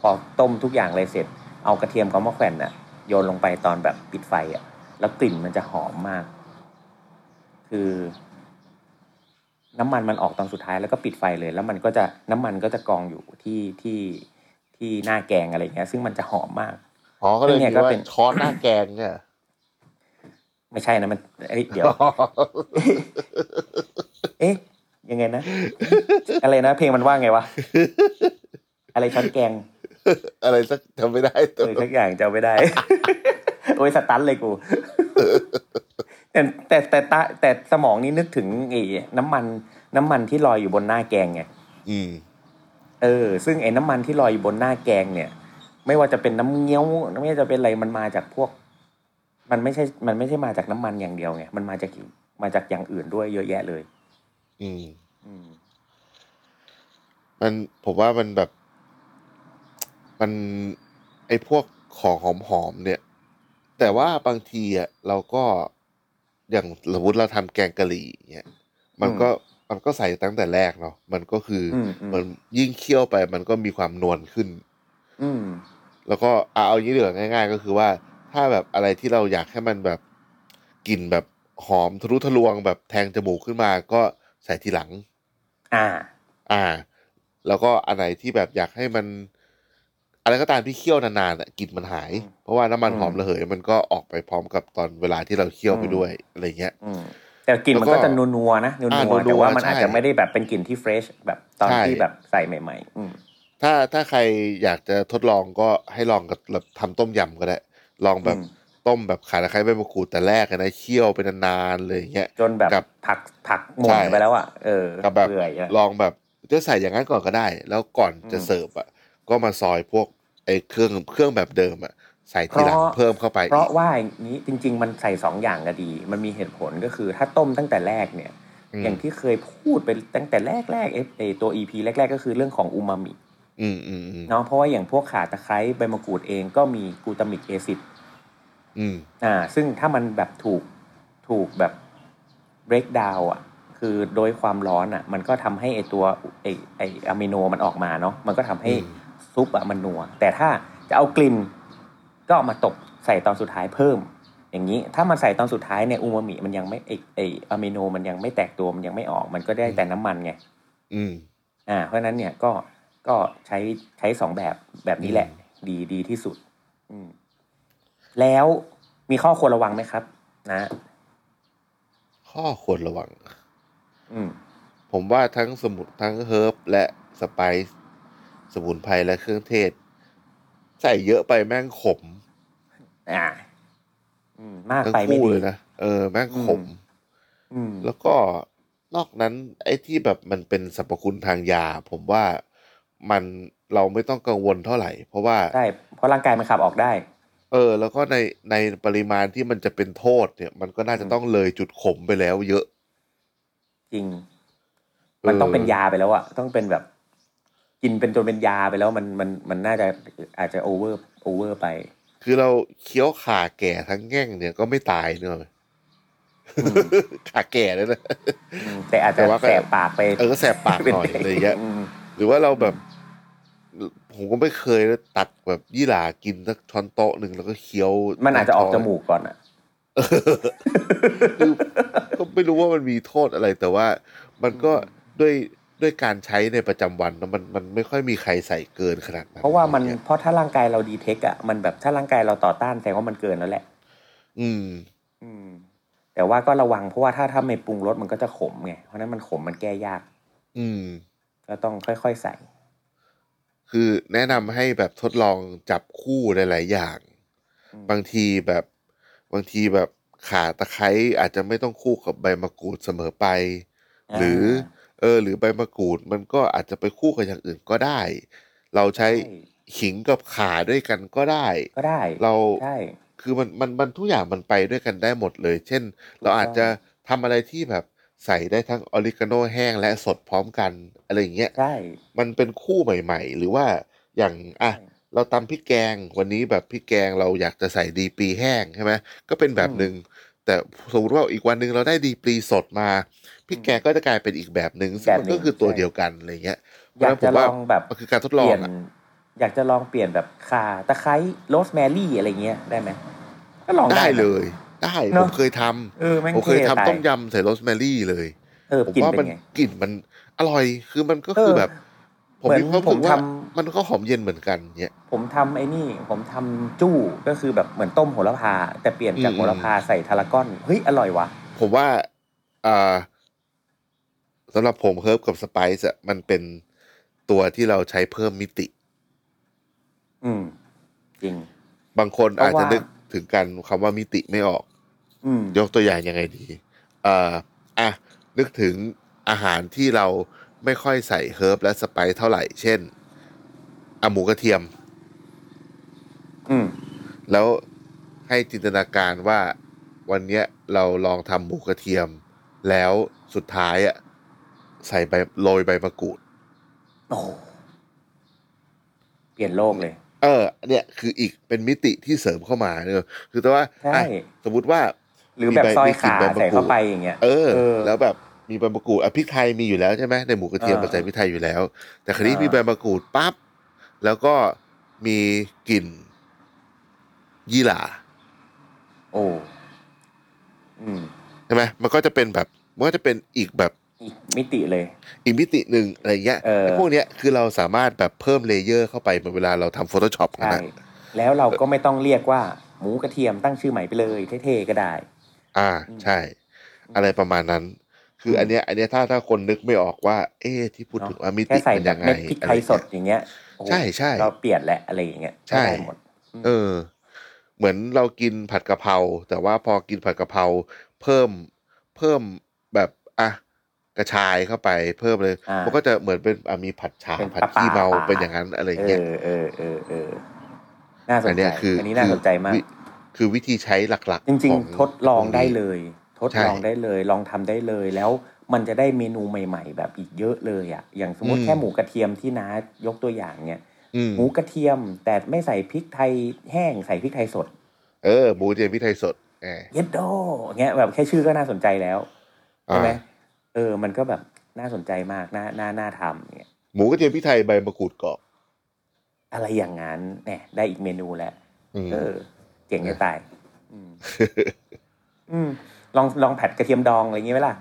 Speaker 5: พอต้มทุกอย่างเลยเสร็จ เอากระเทียมกับมะแขวนน่ะโยนลงไปตอนแบบปิดไฟอะ่ะ แล้วกลิ่นมันจะหอมมาก คือ น้ำมันมันออกตอนสุดท้ายแล้วก็ปิดไฟเลย แล้วมันก็จะน้ำมันก็จะกองอยู่ที่ที่ที่หน้าแกงอะไรอย่างเงี้ย ซึ่งมันจะหอมมาก
Speaker 4: อ๋อก็เลย
Speaker 5: เนี่ย
Speaker 4: คิด
Speaker 5: ก็
Speaker 4: ว่า
Speaker 5: เป็น
Speaker 4: ช้อนหน้าแกงเนี่ย
Speaker 5: ไม่ใช่นะมันเอ้ยเดี๋ยว เอ๊ะยังไงนะ อะไรนะ เพลงมันว่าไงวะ อะไรช้อนแกง
Speaker 4: อะไรสักทำไม่ได้
Speaker 5: เอ
Speaker 4: ตัว
Speaker 5: อสักอย่างจะเอาไม่ได้ โอ้ยสตันเลย กู แต่แต่แต่ตาแต่สมองนี่นึกถึงไอ้น้ำมัน น้ำมันที่ลอยอยู่บนหน้าแกงไง
Speaker 4: อืม
Speaker 5: เออซึ่งไอ้น้ำมันที่ลอยอยู่บนหน้าแกงเนี่ย ไม่ว่าจะเป็นน้ำเงี้ยวไม่ว่าจะเป็นอะไรมันมาจากพวก มันไม่ใช่มันไม่ใช่มาจากน้ำมันอย่างเดียวไงมันมาจากอีกมาจากอย่างอื่นด้วยเยอะแยะเลย
Speaker 4: อืม
Speaker 5: อืม
Speaker 4: มันผมว่ามันแบบ มันไอ้พวกของหอมหอมๆเนี่ย แต่ว่าบางทีอ่ะเราก็อย่างสมมติเราทำแกงกะหรี่เนี่ยมันก็มันก็ใส่ตั้งแต่แรกเนาะมันก็คืออ
Speaker 5: มอืม
Speaker 4: มันยิ่งเคี่ยวไป มันก็มีความนวลขึ้น
Speaker 5: อืม
Speaker 4: แล้วก็เอาเอาอย่างนี้เดีกว่าง่าย ๆ ก็คือว่าถ้าแบบอะไรที่เราอยากให้มันแบบกลิ่นแบบหอมทะลุทะลวงแบบแทงจมูกขึ้นมา ก็ใส่ทีหลัง
Speaker 5: อ่า
Speaker 4: อ่า แล้วก็อันไหนที่แบบอยากให้มัน อะไรก็ตามที่เคี่ยวนานๆน่ะกลิ่นมันหาย เพราะว่าน้ำมัน
Speaker 5: อืม
Speaker 4: หอมระเหย มันก็ออกไปพร้อมกับตอนเวลาที่เราเคี่ยวไปด้วยอะไรเงี้ย
Speaker 5: อืมแต่กลิ่นมั
Speaker 4: แล้
Speaker 5: นก็
Speaker 4: วก็
Speaker 5: จะนัวๆนะนั
Speaker 4: อ่าว นัว
Speaker 5: ๆ
Speaker 4: ๆ
Speaker 5: แต่ว่ามัน
Speaker 4: ใช่
Speaker 5: อาจจะไม่ได้แบบเป็นกลิ่นที่เฟรชแบบตอน
Speaker 4: ใช่
Speaker 5: ที่แบบใส่ใหม่ๆ อืม
Speaker 4: ถ้าถ้าใครอยากจะทดลองก็ให้ลองกับแบบทำต้มยำก็ได้ ลองแบบ
Speaker 5: อืม
Speaker 4: ต้มแบบขาตะไคร้ใบมะกรูดแต่แรกอะนะเคี่ยวไปนานๆเลยอย่างเงี้ย
Speaker 5: จนแบบ
Speaker 4: กับ
Speaker 5: ผักผักหมด
Speaker 4: ใช่
Speaker 5: ไปแล้วอ่ะเออ
Speaker 4: กับแบบ
Speaker 5: เปื่อยอะ
Speaker 4: ลองแบบจะใส่อย่างนั้นก่อนก็ได้ แล้วก่อนจะ
Speaker 5: อืม
Speaker 4: เสิร์ฟอ่ะก็มาซอยพวกไอ้เครื่องเครื่องแบบเดิมอ่ะใส่ทีหลัง
Speaker 5: เพราะ
Speaker 4: เพิ่มเข้าไป
Speaker 5: เพราะว่าอย่างนี้จริง ๆ มันใส่สองอย่างก็ดี มันมีเหตุผลก็คือถ้าต้มตั้งแต่แรกเนี่ย
Speaker 4: อื
Speaker 5: อย่าม งที่เคยพูดไปตั้งแต่แรกๆเอฟเอตัว EP แรก ๆ ก็คือเรื่องของอูมามิ
Speaker 4: อืมอืมอืม
Speaker 5: เนาะเพราะว่าอย่างพวกข่าตะไคร้ใบมะกรูดเองก็มีกลูตามิกเอซิด
Speaker 4: อืม
Speaker 5: อ่าซึ่งถ้ามันแบบถูกถูกแบบ break down อ่ะคือโดยความร้อนอ่ะมันก็ทำให้ไอตัวไอไออะมิโนมันออกมาเนาะมันก็ทำให้
Speaker 4: อืม
Speaker 5: ซุปอ่ะมันนัว แต่ถ้าจะเอากลิ่นก็เอามาตกใส่ตอนสุดท้ายเพิ่ม อย่างนี้ถ้ามันใส่ตอนสุดท้ายเนี่ยอูมามิมันยังไม่ไอไออะมิโนมันยังไม่แตกตัวมันยังไม่ออก มันก็ได้แต่น้ำมันไง
Speaker 4: อืม
Speaker 5: อ่าเพราะฉะนั้นเนี่ยก็ก็ใช้ใช้สองแบบแบบนี้แหละ ดีดีที่สุด อืม แล้วมีข้อควรระวังไหมครับ นะ
Speaker 4: ข้อควรระวัง
Speaker 5: อืม
Speaker 4: ผมว่าทั้งสมุนทั้งเฮิร์บและสไปซ์สมุนไพรและเครื่องเทศ ใส่เยอะไปแม่งขม
Speaker 5: อ่า อืม มาก
Speaker 4: ทั้ง
Speaker 5: ไปไม่
Speaker 4: คู่
Speaker 5: ดี
Speaker 4: เลยนะเออแม่งขม
Speaker 5: อืม
Speaker 4: แล้วก็นอกนั้นไอ้ที่แบบมันเป็นสรรพคุณทางยา ผมว่ามันเราไม่ต้องกังวลเท่าไหร่ เพราะว่า
Speaker 5: ใช่ เพราะร่างกายมันขับออกได้
Speaker 4: เออ แล้วก็ในในปริมาณที่มันจะเป็นโทษเนี่ย มันก็น่าจะต้องเลยจุดขมไปแล้วเยอะ
Speaker 5: จริง มันต้องเป็นยาไปแล้วอะต้องเป็นแบบ กินเป็นจนเป็นยาไปแล้วมันมันมันน่าจะอาจจะโอเวอร์โอเวอร์ไป
Speaker 4: คือเราเคี้ยวขาแก่ทั้งแง่งเนี่ยก็ไม่ตายเนอะ
Speaker 5: อืม
Speaker 4: ขาแก่เลยนะ
Speaker 5: อืมแต่อาจจะ
Speaker 4: แต่ว่าก็
Speaker 5: แสบปากไป
Speaker 4: เออก็แสบปากหน่อยอะไรเงี้ย
Speaker 5: ม
Speaker 4: หรือว่าเราแบบ ผมก็ไม่เคยตักแบบยี่หร่ากินสักช้อนโต๊ะหนึ่งแล้วก็เคี้ยว
Speaker 5: มันอาจจะออกจมูกก่อนอะ
Speaker 4: คือ ก็ไม่รู้ว่ามันมีโทษอะไรแต่ว่า มันก็ด้วยด้วยการใช้ในประจำวันนะมันมันไม่ค่อยมีใครใส่เกินขนาดนั้น
Speaker 5: เพราะว่ามัน
Speaker 4: อไงี้ย
Speaker 5: เพราะถ้าร่างกายเราดีเทคอะมันแบบถ้าร่างกายเราต่อต้านแสดงว่ามันเกินแล้วแหละ
Speaker 4: อืม
Speaker 5: อืม แต่ว่าก็ระวังเพราะว่าถ้าถ้าไม่ปรุงรสมันก็จะขมไงเพราะฉะนั้นมันขมมันแก้ยาก
Speaker 4: อืม
Speaker 5: ก็ต้องค่อยๆใส่
Speaker 4: คือแนะนำให้แบบทดลองจับคู่หลายๆอย่าง
Speaker 5: อืม
Speaker 4: บางทีแบบบางทีแบบขาตะไคร้อาจจะไม่ต้องคู่กับใบมะกรูดเสมอไป หรือ เออ หรือใบมะกรูดมันก็อาจจะไปคู่กับอย่างอื่นก็ได้ เราใช้
Speaker 5: ใช่
Speaker 4: ขิงกับข่าด้วยกันก็ได้
Speaker 5: ก็ได้
Speaker 4: เรา
Speaker 5: ใช่
Speaker 4: คือมันมันมันทุกอย่างมันไปด้วยกันได้หมดเลย เช่น
Speaker 5: ถูกต้
Speaker 4: เรา
Speaker 5: อง
Speaker 4: อาจจะทำอะไรที่แบบใส่ได้ทั้งออริกาโนแห้งและสดพร้อมกันอะไรอย่างเงี้ย
Speaker 5: ใช่
Speaker 4: มันเป็นคู่ใหม่ ๆ หรือว่าอย่างอ่ะ
Speaker 5: ใช่
Speaker 4: เราตำพริกแกงวันนี้แบบพริกแกงเราอยากจะใส่ดีปรีแห้งใช่ไหมก็เป็นแบบหนึ่งแต่สมมติว่าอีกวันหนึ่งเราได้ดีปรีสดมาพริกแกงก็จะกลายเป็นอีกแบบหนึ่งซึ่ง
Speaker 5: แบบ
Speaker 4: มัน
Speaker 5: หนึ่ง
Speaker 4: ก็คือตัว
Speaker 5: ใช่
Speaker 4: เดียวกันอะไรเงี้ยเพ
Speaker 5: อ
Speaker 4: ระ
Speaker 5: ยา
Speaker 4: ฉะนั้
Speaker 5: ก
Speaker 4: นผ
Speaker 5: จะ
Speaker 4: ม
Speaker 5: ล
Speaker 4: ว่า
Speaker 5: องแบบ
Speaker 4: มันคือการทดล
Speaker 5: เป
Speaker 4: อง
Speaker 5: ลี่ยน
Speaker 4: อะ
Speaker 5: อยากจะลองเปลี่ยนแบบข่าตะไคร้โรสแมรี่อะไรเงี้ยได้ไหมก็ลอง
Speaker 4: ได้
Speaker 5: ได้นะ
Speaker 4: เลย ได้
Speaker 5: เน
Speaker 4: ผ
Speaker 5: อะ
Speaker 4: มเคยทำ
Speaker 5: เออแม่ง
Speaker 4: ผมเคย
Speaker 5: ท่
Speaker 4: ทำ
Speaker 5: ตา
Speaker 4: ต้มยำใส่โรสแมรี่เลย
Speaker 5: เออ
Speaker 4: ผม
Speaker 5: กลิ่น
Speaker 4: ว่ามั
Speaker 5: เป็
Speaker 4: น
Speaker 5: นไง
Speaker 4: กลิ่นมันอร่อยคือมันก็คือ
Speaker 5: เออ
Speaker 4: แบบ ผม
Speaker 5: เหมือน
Speaker 4: มีความรู้สึก
Speaker 5: ผม
Speaker 4: ว่า
Speaker 5: ทำ
Speaker 4: มันก็หอมเย็นเหมือนกันเนี่ย
Speaker 5: ผมทำไอ้นี่ ผมทำจู้ก็คือแบบเหมือนต้มโหระพา แต่เปลี่ยนจาก
Speaker 4: อืม
Speaker 5: โหระพาใส่ทารากอนเฮ้ย อร่อยว่ะ
Speaker 4: ผมว่าอ่าสำหรับผมเฮิร์บกับสไปซ์อะมันเป็นตัวที่เราใช้เพิ่มมิติ
Speaker 5: อืม จริง
Speaker 4: บางคนอาจจะ
Speaker 5: เพราะว่า
Speaker 4: นึ
Speaker 5: นึ
Speaker 4: กถึงกันคำว่ามิติไม่ออก
Speaker 5: อืม
Speaker 4: ยกตัวอย่างยังไงดีเอ่ออ่ะนึกถึงอาหารที่เราไม่ค่อยใส่เฮิร์บและสไปซ์เท่าไหร่ เช่นอะหมูกระเทียม
Speaker 5: อืม
Speaker 4: แล้วให้จินตนาการว่าวันเนี้ยเราลองทำหมูกระเทียม แล้วสุดท้ายอ่ะใส่ใบโรยใบมะกรูด
Speaker 5: โอ้โหเปลี่ยนโลกเลย
Speaker 4: เออเนี่ยคืออีกเป็นมิติที่เสริมเข้ามาเนอะคือแต่ว่า
Speaker 5: ใช่
Speaker 4: อ่ะสมมติว่า
Speaker 5: หรือแบบ
Speaker 4: มีใบ
Speaker 5: ซอย
Speaker 4: มีกลิ่น
Speaker 5: ขา
Speaker 4: ใบมะกรูด
Speaker 5: ใส่เข้าไปอย่างเงี้ย
Speaker 4: เออ
Speaker 5: เออ
Speaker 4: แล้วแบบมีใบมะกรูดอ่ะพริกไทยมีอยู่แล้วใช่ไหมในหมูกระเทียม
Speaker 5: อ่า
Speaker 4: มันใส่พริกไทยอยู่แล้ว แต่คราวนี้
Speaker 5: อ่ามี
Speaker 4: มีใบมะกรูดปั๊บแล้วก็มีกลิ่นยี่หร่า
Speaker 5: โอ้อืม
Speaker 4: ใช่ไหมมันก็จะเป็นแบบมันก็จะเป็นอีกแบบ
Speaker 5: อีกมิติเลย
Speaker 4: อีกมิติหนึ่งอะไรเงี้ย
Speaker 5: เออ
Speaker 4: ไอ้พวกเนี้ยคือเราสามารถแบบเพิ่มเลเยอร์เข้าไปเหมือนเวลาเราทำ Photoshop นะ
Speaker 5: ใช่
Speaker 4: ฮะ
Speaker 5: แล้วเราก็ไม่ต้องเรียกว่า หมูกระเทียมตั้งชื่อใหม่ไปเลยเท่ๆก็ได้
Speaker 4: อ่าใช่ อะไรประมาณนั้น คืออ
Speaker 5: ม
Speaker 4: อันเนี้ย อันเนี้ยถ้าถ้าคนนึกไม่ออกว่า เอ๊ะที่พูดถึงว่ามิ
Speaker 5: แค่
Speaker 4: ติ
Speaker 5: ใส่
Speaker 4: มัน
Speaker 5: แบ
Speaker 4: ยั
Speaker 5: บ
Speaker 4: งไง
Speaker 5: เม็ดพริกไทยสด
Speaker 4: อะไรเงี้
Speaker 5: อย่างเงี้ยโอ้โห
Speaker 4: ใช่ใช่
Speaker 5: เราเปลี่ยนแหละอะไรอย่างเงี้ย
Speaker 4: ใช่
Speaker 5: ได้หมด
Speaker 4: ยเออ เหมือนเรากินผัดกะเพราแต่ว่าพอกินผัดกะเพราเพิ่มเพิ่มแบบอ่ะกระชายเข้าไปเพิ่มเลย
Speaker 5: อ่ามั
Speaker 4: มันก็จะเหมือนเป็นอ่ะมีผัดฉา
Speaker 5: เป็น
Speaker 4: ผัดขี้เมา
Speaker 5: ปลาๆ
Speaker 4: เป็นอย่างนั้นอะไร
Speaker 5: เอ
Speaker 4: เงี้ย
Speaker 5: อเออเออเออน่าสน
Speaker 4: อัน
Speaker 5: ใจ
Speaker 4: เนี้ยคือ
Speaker 5: อั
Speaker 4: อั
Speaker 5: นนี้น่าสนใจมาก
Speaker 4: คือวิธีใช้หลักๆ
Speaker 5: จริง
Speaker 4: ของ
Speaker 5: ๆ ทดลองได้เลย ทด
Speaker 4: ใช่
Speaker 5: ลองได้เลย ลองทำได้เลย แล้วมันจะได้เมนูใหม่ ๆ แบบอีกเยอะเลยอ่ะ อย่างสมมติ
Speaker 4: อืม
Speaker 5: แค่หมูกระเทียมที่น้ายกตัวอย่างเนี่ย
Speaker 4: อืม
Speaker 5: หมูกระเทียมแต่ไม่ใส่พริกไทยแห้งใส่พริกไทยสด
Speaker 4: เออหมูเจียมพริกไทยสดแหม
Speaker 5: เยดโดเงี้ยแบบแค่ชื่อก็น่าสนใจแล้วใช่ไหม
Speaker 4: อ่า
Speaker 5: เออ มันก็แบบน่าสนใจมากน่าน่าน่าทำเนี่ย
Speaker 4: หมูกระเทียมพริกไทยใบมะกรูดกรอบ
Speaker 5: อะไรอย่างนั้นเนี่ยได้อีกเมนูแล้ว
Speaker 4: อืม
Speaker 5: เออ เจ๋งจะตายอืม อืม ลองลองผัดกระเทียมดองอะไรอย่างเงี้ยไหมล่ะ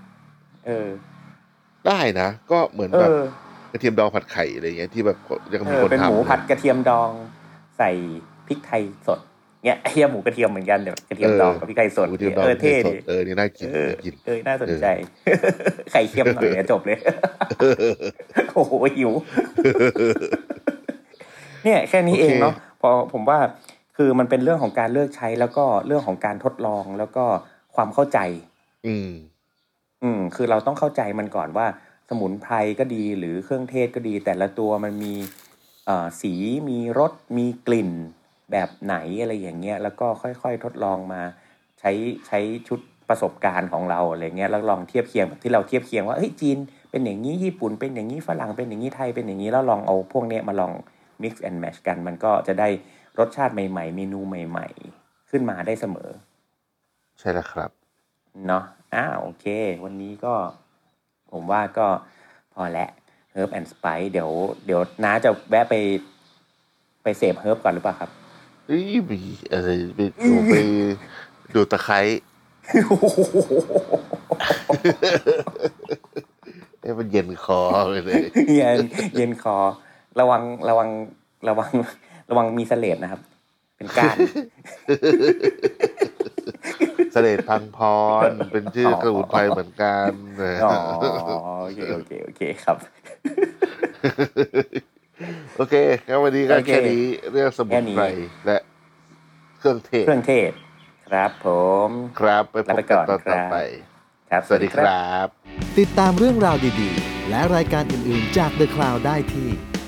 Speaker 5: เออ
Speaker 4: ได้นะ ก็เหมือน
Speaker 5: เอ
Speaker 4: แบบ
Speaker 5: อก
Speaker 4: ระเทียมดองผัดไข่อะไรอย่างเงี้ยที่แบบยัง
Speaker 5: เอ
Speaker 4: มี
Speaker 5: อ
Speaker 4: คน
Speaker 5: เป็น
Speaker 4: ทำ
Speaker 5: หมู
Speaker 4: เลย
Speaker 5: ผัดกระเทียมดอง ใส่พริกไทยสดเนี่ยเฮียหมูกระเทียมเหมือนกันเดี๋ยวกระเทียมดองกับพริกไทยสด
Speaker 4: หมูกระเทียมดอง
Speaker 5: เอ
Speaker 4: ผั
Speaker 5: อ
Speaker 4: ดไข่ส
Speaker 5: เท่ดี
Speaker 4: ดเออนี่น่ากิน
Speaker 5: เออ
Speaker 4: น่ากิน
Speaker 5: เออน่าสนใจ ไข่เค็มหน่อยเนี่ยจบเลย โอ้โหหิว เนี่ยแค่นี้เองเนาะพอผมว่าคือมันเป็นเรื่องของการเลือกใช้แล้วก็เรื่องของการทดลองแล้วก็ความเข้าใจ
Speaker 4: อืม
Speaker 5: อืมคือเราต้องเข้าใจมันก่อนว่า สมุนไพรก็ดีหรือเครื่องเทศก็ดี แต่ละตัวมันมีเอ่อสีมีรสมีกลิ่นแบบไหนอะไรอย่างเงี้ยแล้วก็ค่อยๆทดลองมาใช้ใช้ชุดประสบการณ์ของเราอะไรเงี้ยแล้วลองเทียบเคียงแบบที่เราเทียบเคียงว่าเฮ้ยจีนเป็นอย่างนี้ญี่ปุ่นเป็นอย่างนี้ฝรั่งเป็นอย่างนี้ไทยเป็นอย่างนี้แล้วลองเอาพวกเนี้ยมาลอง mix and match กัน มันก็จะได้รสชาติใหม่ๆ เมนูใหม่ ๆ ขึ้นมาได้เสมอ
Speaker 4: ใช่แล้วครับ
Speaker 5: เนาะอ้าวโอเค วันนี้ก็ ผมว่าก็พอแล้ว Herb and Spice เดี๋ยว เดี๋ยวน้าจะแวะไป ไปเสพ Herb ก่อนหรือเปล่าครับ
Speaker 4: เอ้ยมีอะไรไปดูไปดูตะไค ร้เอ้ยมันเย็นคอไปเลย
Speaker 5: เย็นเย็นคอ ระวังระวังระวัง ระวังมีเสลดนะครับ เป็นก้าน
Speaker 4: เสลดพังพร เป็นชื่อ
Speaker 5: อ
Speaker 4: สมุนไพรเหมือนกันเออ
Speaker 5: อ๋อโอเคโอเคโอเคครับ
Speaker 4: โอเคงั้นวันนี้ก็
Speaker 5: โอเค
Speaker 4: แค่นี้เรื่องสมุ
Speaker 5: แค่
Speaker 4: น
Speaker 5: นี้
Speaker 4: ไพรและเครื่องเทศ
Speaker 5: เครื่องเทศ ครับ ผม
Speaker 4: ครับไปพบกันตอนต่อไป
Speaker 5: ครับ
Speaker 4: สวัสดีครับ
Speaker 1: ติดตามเรื่องราวดีๆ และรายการอื่นๆจาก The Cloud ได้ที่